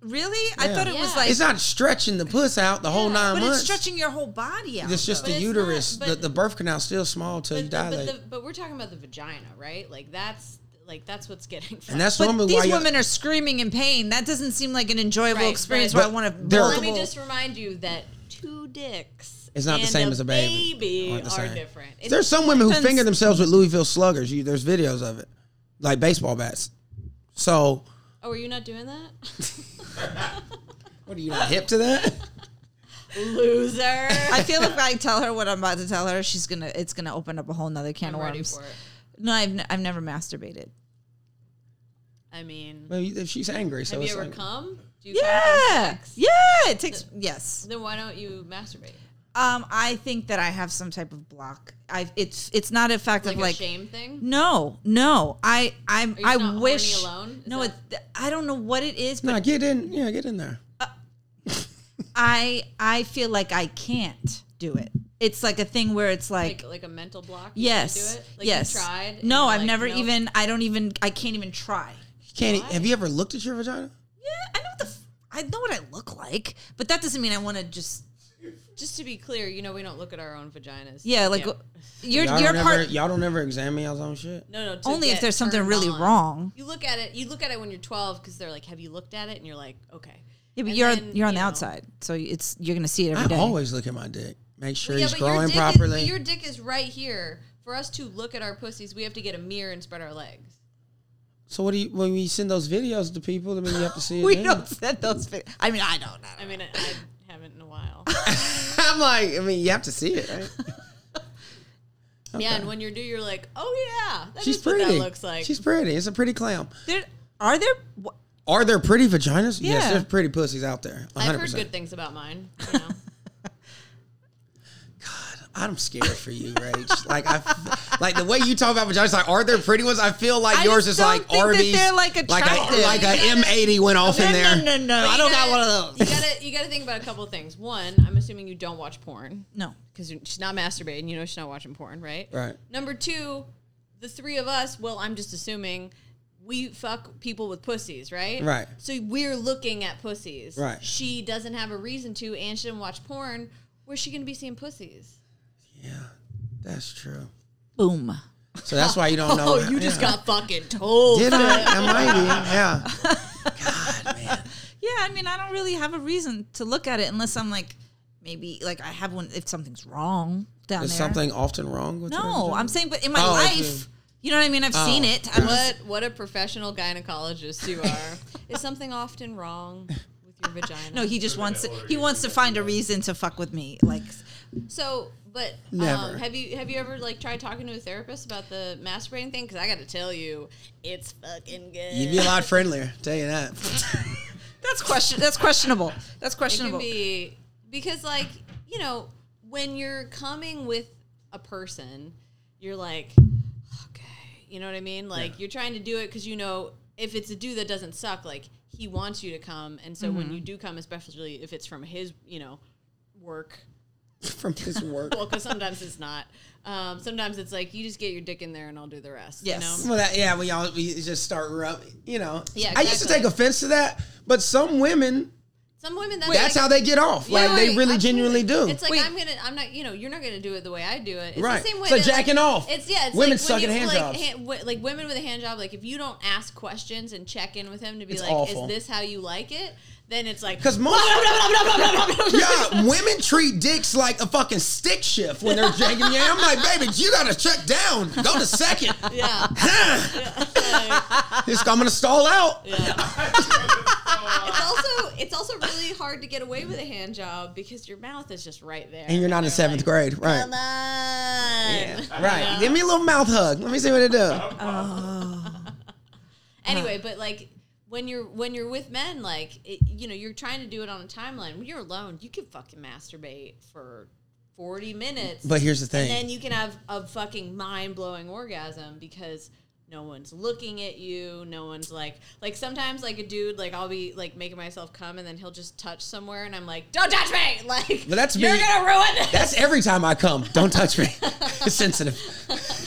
S4: Really? I thought it was
S5: Yeah.
S4: like.
S3: It's not stretching the puss out the whole
S5: Yeah,
S3: nine
S4: but
S3: months.
S4: it's stretching your whole body out.
S3: It's just
S5: But
S3: the
S5: it's
S3: uterus.
S5: not-
S3: the,
S5: but-
S3: the birth canal's still small till you
S5: But, the-
S3: dilate.
S5: but, the, but we're talking about the vagina, right? Like that's like that's what's getting.
S3: and that's
S4: But
S3: normally why
S4: these
S3: y'all-
S4: women are screaming in pain. That doesn't seem like an enjoyable
S5: Right,
S4: experience
S5: but-
S4: where I want to.
S3: But
S5: Let me
S3: horrible.
S5: just remind you that two dicks.
S3: It's not the
S5: and
S3: same as a baby.
S5: baby
S3: Aren't the
S5: are
S3: same.
S5: different. It's-
S3: There's some women who
S4: Depends.
S3: finger themselves with Louisville Sluggers. You, there's videos of it, like baseball bats. So,
S5: oh, are you not doing that,
S3: what are you not hip to that?
S5: loser?
S4: I feel if I tell her what I'm about to tell her, she's gonna. It's gonna open up a whole nother can
S5: I'm
S4: of worms.
S5: ready for it.
S4: No, I've n- I've never masturbated.
S5: I mean,
S3: Well, you- she's angry, so
S5: have you
S3: it's
S5: ever
S3: like,
S5: come? Do you come from
S4: Yeah,
S5: sex?
S4: yeah. It takes yes.
S5: Then why don't you masturbate?
S4: Um, I think that I have some type of block. I it's it's not a fact
S5: Like,
S4: of like
S5: a shame thing?
S4: no no. I I'm
S5: Are you
S4: I
S5: just not horny
S4: wish
S5: alone? Is
S4: no.
S5: that-
S4: It's th- I don't know what it is, but
S3: nah, get in, yeah, get in there.
S4: I I feel like I can't do it. It's like a thing where it's
S5: Like
S4: like.
S5: like a mental block? You can't
S4: Yes.
S5: Do it? Like
S4: yes.
S5: You tried? and
S4: No,
S5: you're
S4: I've
S5: like,
S4: never
S5: nope.
S4: even. I don't even. I can't even try.
S3: You can't. e, Have you ever looked at your vagina?
S4: Yeah, I know what the. F- I know what I look like, but that doesn't mean I want to just.
S5: Just to be clear, you know we don't look at our own vaginas.
S4: Yeah, like you're
S3: Y'all
S4: you're
S3: don't
S4: part.
S3: ever, y'all don't ever examine y'all's own shit.
S5: No, no. to
S4: only if
S5: get
S4: there's something
S5: turned
S4: really
S5: on.
S4: wrong.
S5: You look at it. You look at it when you're 12 because they're like, "Have you looked at it?" And you're like, "Okay."
S4: Yeah, but
S5: And
S4: you're
S5: then,
S4: you're on
S5: you
S4: the
S5: know-
S4: outside, so it's you're gonna see it every
S3: I
S4: day.
S3: always look at my dick, make sure
S5: Well, yeah,
S3: he's
S5: but your
S3: growing
S5: dick Is,
S3: properly.
S5: but your dick is right here. For us to look at our pussies, we have to get a mirror and spread our legs.
S3: so what do you when you send those videos to people? I mean, you have to see it.
S4: we
S3: then.
S4: don't send those. Fi- I mean, I don't know.
S5: I mean, I, I haven't in a while.
S3: I'm like, I mean, you have to see it. Right?
S5: Yeah, and when you're new, you're like, "Oh yeah, that's
S3: She's
S5: just what
S3: pretty.
S5: that looks like."
S3: She's pretty. It's a pretty clam.
S4: There, are there? wha-
S3: Are there pretty vaginas? Yes,
S4: Yeah.
S3: there's pretty pussies out there. 100%.
S5: I've heard good things about mine. You know.
S3: I'm scared for you, Rach. like I, f- like the way you talk about vaginas. Like, are there pretty ones? I feel like
S4: I
S3: yours
S4: just
S3: is like
S4: don't
S3: Arby's.
S4: think that they're, like,
S3: like a
S4: attractive.
S3: like a M80 went off in there.
S4: No, no, no, no.
S5: But
S4: I
S5: you
S4: don't got
S5: gotta-
S4: one of those.
S5: You gotta you gotta think about a couple of things. One, I'm assuming you don't watch porn.
S4: No.
S5: because she's not masturbating. You know she's not watching porn, right?
S3: Right.
S5: Number two, the three of us. Well, I'm just assuming we fuck people with pussies, right?
S3: Right.
S5: So we're looking at pussies.
S3: Right.
S5: She doesn't have a reason to, and she didn't watch porn. Where's she gonna be seeing pussies?
S3: Yeah, that's true.
S4: Boom.
S3: So that's why you don't know.
S5: Oh, you just
S3: yeah.
S5: got fucking told.
S3: Did I? I might be. Yeah. God, man.
S4: Yeah, I mean, I don't really have a reason to look at it unless I'm like, maybe like I have one if something's wrong down
S3: Is
S4: there.
S3: something often wrong with your
S4: No,
S3: vagina?
S4: I'm saying, but in my
S3: Oh, I see. Oh.
S4: life, you know what I mean. I've seen it. I'm just-
S5: What what a professional gynecologist you are. Is something often wrong with your vagina?
S4: no, he just wants he wants to find a reason to fuck with me. Like,
S5: So, but
S3: Never.
S5: Um, have you have you ever like tried talking to a therapist about the masturbating thing? Because I got to tell you, it's fucking good.
S3: You'd be a lot friendlier. Tell you that.
S4: that's question. That's questionable. That's
S5: it can
S4: questionable.
S5: be because like you know when you're coming with a person, you're like, okay, you know what I mean? Like you're trying to do it because you know if it's a dude that doesn't suck, like he wants you to come, and so when you do come, especially if it's from his, you know, work
S3: From his work.
S5: Well, because sometimes it's not. Um, sometimes it's like you just get your dick in there and I'll do the rest.
S4: Yes.
S5: You know?
S3: Well, that yeah, we all we just start rubbing. You know,
S5: Yeah,
S3: I used to
S5: exactly.
S3: take offense to that, but some women
S5: Some women that's,
S3: that's how they get off. like they really genuinely do.
S5: It's like
S4: Wait.
S5: I'm gonna, I'm not, you know, you're not gonna do it the way I do it. It's
S3: Right.
S5: The same
S3: It's
S5: way
S3: like
S5: that,
S3: jacking off.
S5: It's yeah. It's
S3: Women
S5: like
S3: suck at
S5: when you-
S3: hand
S5: like,
S3: jobs.
S5: hand- wi- like women with a hand job. Like if you don't ask questions and check in with him to be
S3: It's
S5: like,
S3: awful.
S5: is this how you like it? Then it's like
S3: Because most yeah, women treat dicks like a fucking stick shift when they're janking you. I'm like, baby, you gotta check down. Go to second.
S5: yeah.
S3: Just, I'm gonna stall out.
S5: it's also it's also really hard to get away with a hand job because your mouth is just right there.
S3: And you're not in
S5: they're
S3: seventh
S5: like,
S3: grade, right?
S5: Come on.
S3: Right. Give me a little mouth hug. Let me see what it do.
S5: anyway but like when you're when you're with men like it, you know you're trying to do it on a timeline when you're alone you can fucking masturbate for 40 minutes
S3: But here's the thing.
S5: and then you can have a fucking mind-blowing orgasm because no one's looking at you no one's like like sometimes like a dude like i'll be like making myself come and then he'll just touch somewhere and i'm like don't touch me like
S3: Well, that's
S5: you're
S3: me.
S5: gonna ruin this
S3: That's every time I come. Don't touch me. it's sensitive.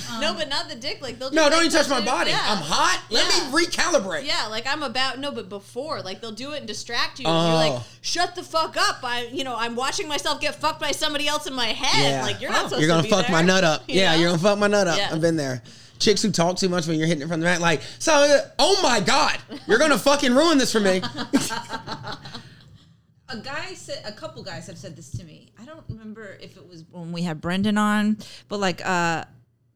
S5: no but not the dick like they'll
S3: No,
S5: just,
S3: don't
S5: like,
S3: even touch my
S5: their-
S3: body.
S5: yeah.
S3: I'm hot. Let
S5: Yeah.
S3: me recalibrate.
S5: Yeah, like I'm about no, but before, like they'll do it and distract you.
S3: Oh.
S5: And you're like, shut the fuck up! I, you know, I'm watching myself get fucked by somebody else in my head. Like you're not supposed
S3: You're gonna
S5: to be
S3: fuck my
S5: there,
S3: nut up.
S5: you
S3: yeah,
S5: know?
S3: you're gonna fuck my nut up.
S5: Yeah.
S3: I've been there. Chicks who talk too much when you're hitting it from the back, like, so, uh, oh my god, you're gonna fucking ruin this for me.
S4: a guy said a couple guys have said this to me i don't remember if it was when we had brendan on but like uh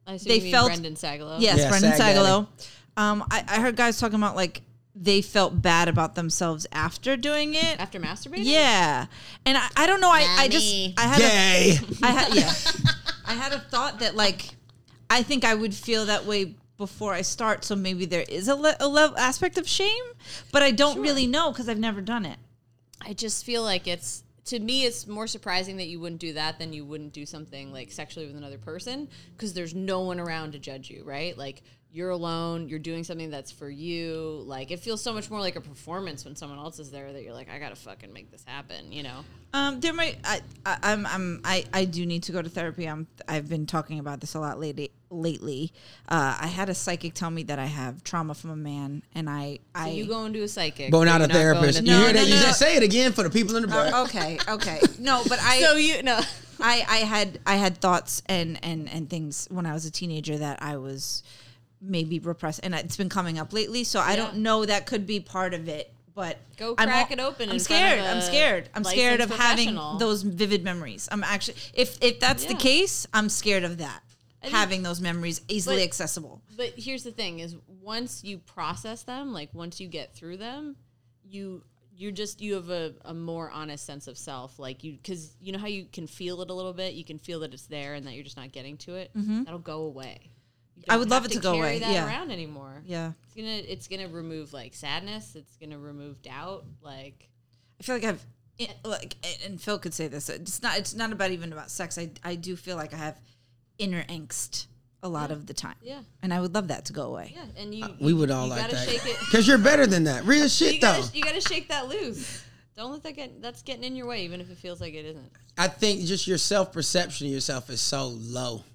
S5: I assume
S4: They
S5: you mean
S4: felt-
S5: Brendan Sagalow.
S4: yes
S3: Yeah,
S4: brendan
S3: Sag Daddy.
S4: sagalow um I, I heard guys talking about like they felt bad about themselves after doing it
S5: after masturbating.
S4: yeah and i, I don't know i, I just
S5: Mommy.
S4: i had a,
S3: Gay.
S4: I had yeah i had a thought that like i think i would feel that way before i start so maybe there is a, le- a level aspect of shame but i don't really know because i've never done it
S5: I just feel like it's to me, it's more surprising that you wouldn't do that than you wouldn't do something like sexually with another person because there's no one around to judge you, right? Like you're alone, you're doing something that's for you. Like it feels so much more like a performance when someone else is there that you're like, I gotta fucking make this happen, you know?
S4: Um, there might. I, I, I'm. I'm. I, I. do need to go to therapy. I'm. I've been talking about this a lot lately. Lately, uh, I had a psychic tell me that I have trauma from a man, and I. I.
S5: You go and do a psychic,
S3: But
S5: you're
S3: not a
S5: not going to
S3: therapist.
S5: therapy.
S3: you hear
S4: No,
S3: that?
S4: no,
S3: You
S4: no.
S3: just say it again for the people in the back.
S4: okay. Okay. No, but I.
S5: So you no.
S4: I, I had I had thoughts and, and, and things when I was a teenager that I was maybe repressed and it's been coming up lately so I don't
S5: Yeah.
S4: know that could be part of it but
S5: Go
S4: I'm
S5: crack
S4: al-
S5: it open
S4: I'm
S5: in front of
S4: scared I'm
S5: a
S4: scared I'm scared of
S5: licensed
S4: having
S5: professional.
S4: those vivid memories I'm actually if if that's the
S5: Yeah.
S4: case I'm scared of that
S5: think-
S4: having those memories easily
S5: But-
S4: accessible
S5: But here's the thing: is once you process them, like once you get through them, you you just you have a, a more honest sense of self. Like you, because you know how you can feel it a little bit. You can feel that it's there and that you're just not getting to it. That'll go away. You
S4: I
S5: don't
S4: would love
S5: have
S4: it to go
S5: carry
S4: away,
S5: That
S4: yeah.
S5: around anymore.
S4: yeah
S5: It's gonna it's gonna remove like sadness. It's gonna remove doubt. Like
S4: I feel like I've it, like eh, and Phil could say this. It's not it's not about even about sex. I I do feel like I have inner angst a lot of the time.
S5: Yeah.
S4: And I would love that to go away.
S5: yeah, and you
S3: We would all
S5: you
S3: like
S5: gotta
S3: that.
S5: Shake it.
S3: Because you're better than that. Real
S5: You
S3: shit, though.
S5: gotta, you gotta shake that loose. Don't let that get that's getting in your way, even if it feels like it isn't.
S3: I think just your self perception of yourself is so low.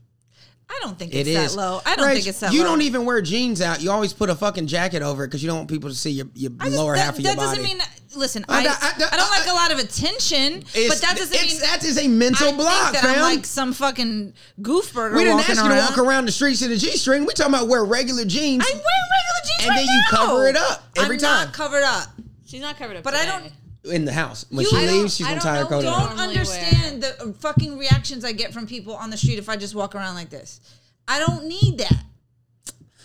S4: I don't think
S3: It
S4: it's
S3: is
S4: that low. I don't
S3: Rach,
S4: think it's that
S3: You
S4: low.
S3: don't even wear jeans out. You always put a fucking jacket over it because you don't want people to see your, your
S4: I just-
S3: lower
S4: that,
S3: half of your
S4: that
S3: body.
S4: doesn't mean listen,
S3: I-
S4: I, I,
S3: I- I-
S4: don't like
S3: I-
S4: a lot of attention, but
S3: It's-
S4: that doesn't
S3: it's,
S4: mean
S3: that is a mental
S4: I
S3: block,
S4: think that
S3: fam.
S4: I'm like some fucking goofburger
S3: we didn't
S4: walking
S3: ask you
S4: around.
S3: to walk around the streets in a G string. We talking about wear regular jeans.
S4: I wear regular jeans
S3: And then
S4: right
S3: you
S4: now.
S3: cover it up every
S4: I'm
S3: time.
S4: Not covered up.
S5: She's not covered up.
S4: But I
S5: today.
S4: don't-
S3: in the house. When
S4: You-
S3: she
S4: I don't-
S3: leaves, she's
S5: I
S3: gonna
S5: don't
S3: tie her
S5: know-
S3: coat
S5: don't-
S3: around.
S4: don't
S5: normally
S4: understand the uh, fucking reactions I get from people on the street if I just walk around like this. I don't need that.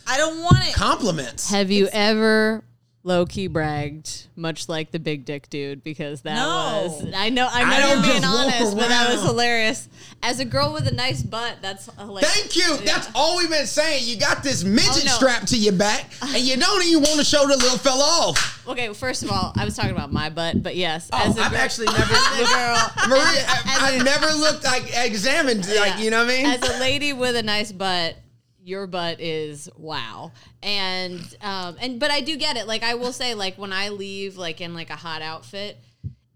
S4: I don't want it.
S3: Compliments.
S5: Have you ever low key bragged, much like the big dick dude? Because that
S4: No.
S5: was I know I know
S3: I
S5: you're
S3: don't
S5: being
S3: just walk
S5: honest, but that was
S3: around.
S5: hilarious. As a girl with a nice butt, that's hilarious.
S3: Thank you. That's all we've been saying. You got this midget
S5: Oh, no.
S3: strapped to your back, and you don't even want to show the little fella off.
S5: Okay, well, first of all, I was talking about my butt, but yes,
S3: Oh,
S5: as a
S3: I've
S5: girl,
S3: actually never looked, Maria. I, I've never looked like examined, like
S5: Yeah.
S3: you know what I mean.
S5: As a lady with a nice butt, your butt is wow. And um and but I do get it. Like I will say, like when I leave like in like a hot outfit,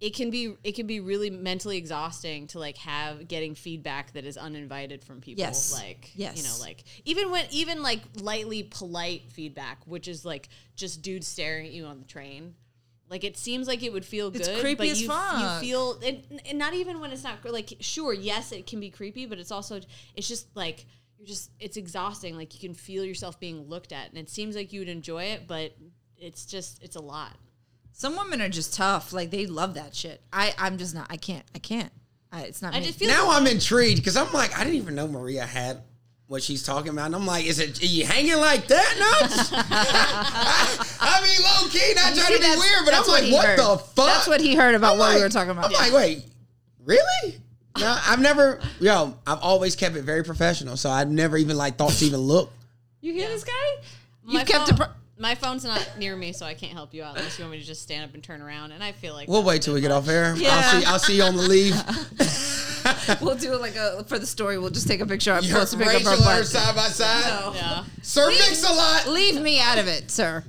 S5: it can be it can be really mentally exhausting to like have getting feedback that is uninvited from people.
S4: Yes.
S5: Like you
S4: Yes.
S5: know, like even when even like lightly polite feedback, which is like just dudes staring at you on the train. Like it seems like it would feel
S4: It's
S5: good,
S4: creepy
S5: but
S4: as
S5: you,
S4: fuck.
S5: you feel and, and not even when it's not gr- like sure, yes, it can be creepy, but it's also it's just like you're just it's exhausting. Like you can feel yourself being looked at, and it seems like you would enjoy it, but it's just it's a lot.
S4: Some women are just tough. Like they love that shit. I I'm just not. I can't. I can't. I, it's not
S5: I
S4: me.
S5: just feel
S3: now I'm intrigued because I'm like, I didn't even know Maria had what she's talking about. And I'm like, is it are you hanging like that? No. I, mean, low key, not trying
S4: See,
S3: to be
S4: that's-
S3: weird, but I'm
S4: that's what
S3: like,
S4: he
S3: what
S4: heard.
S3: the fuck?
S4: That's what he heard about
S3: I'm
S4: what we
S3: like-
S4: were talking about.
S3: I'm like, wait, really? No, I've never. Yo, I've always kept it very professional, so I've never even like thought to even look.
S5: you hear this guy.
S4: You
S5: My
S4: kept
S5: phone,
S4: a pro-
S5: my phone's not near me, so I can't help you out unless you want me to just stand up and turn around. And I feel like
S3: We'll
S5: that
S3: wait till we get
S5: would've been
S3: off air. I'll
S4: Yeah.
S3: see. I'll see you on the leave.
S4: We'll do like a for the story. We'll just take a picture. I'm
S3: You heard
S4: supposed to pick up
S3: Rachel
S4: our
S3: and her
S4: butt.
S3: side by side.
S5: Yeah.
S3: Sir Mix a lot.
S4: Leave me out of it, sir.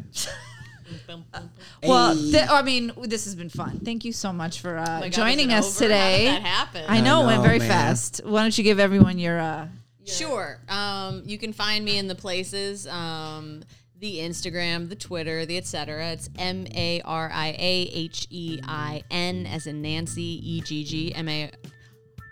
S5: Bum, bum, bum.
S4: Well,
S3: Hey.
S4: th- I mean, this has been fun. Thank you so much for uh,
S5: Oh God,
S4: joining
S5: is it
S4: us
S5: over?
S4: today.
S5: How did that happen?
S4: I know it went
S3: know,
S4: very
S3: man.
S4: fast. Why don't you give everyone your? Uh,
S5: Sure. Um, you can find me in the places, um, the Instagram, the Twitter, the etc. It's M A R I A H E I N as in Nancy E G G M A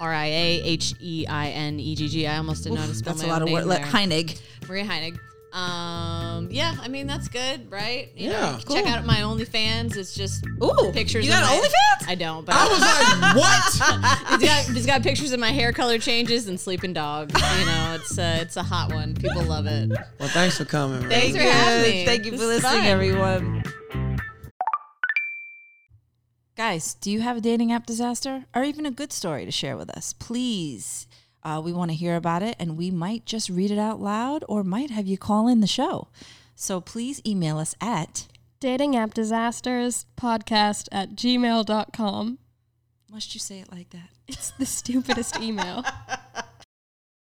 S5: R I A H E I N E G G. I almost did not spell
S4: that's a
S5: my own
S4: lot of
S5: name
S4: work. Like
S5: there.
S4: Heinig.
S5: Maria Heinig. Um, yeah, I mean that's good, right? You know,
S3: Yeah.
S5: you can check out my OnlyFans. It's just
S4: Ooh,
S5: pictures.
S4: You got
S5: of
S4: an
S5: my-
S4: OnlyFans?
S5: I don't, but
S3: I was like, what?
S5: it's got, it's got pictures of my hair color changes and sleeping dogs. You know, it's a, it's a hot one. People love it.
S3: Well, thanks for coming. man.
S5: Thanks for having me.
S4: Thank you for
S5: This is
S4: listening,
S5: fun.
S4: everyone. Guys, do you have a dating app disaster or even a good story to share with us? Please, uh, we want to hear about it and we might just read it out loud or might have you call in the show. So please email us at
S6: Dating app disasters podcast at gmail.com.
S4: must you say it like that?
S6: It's the stupidest email.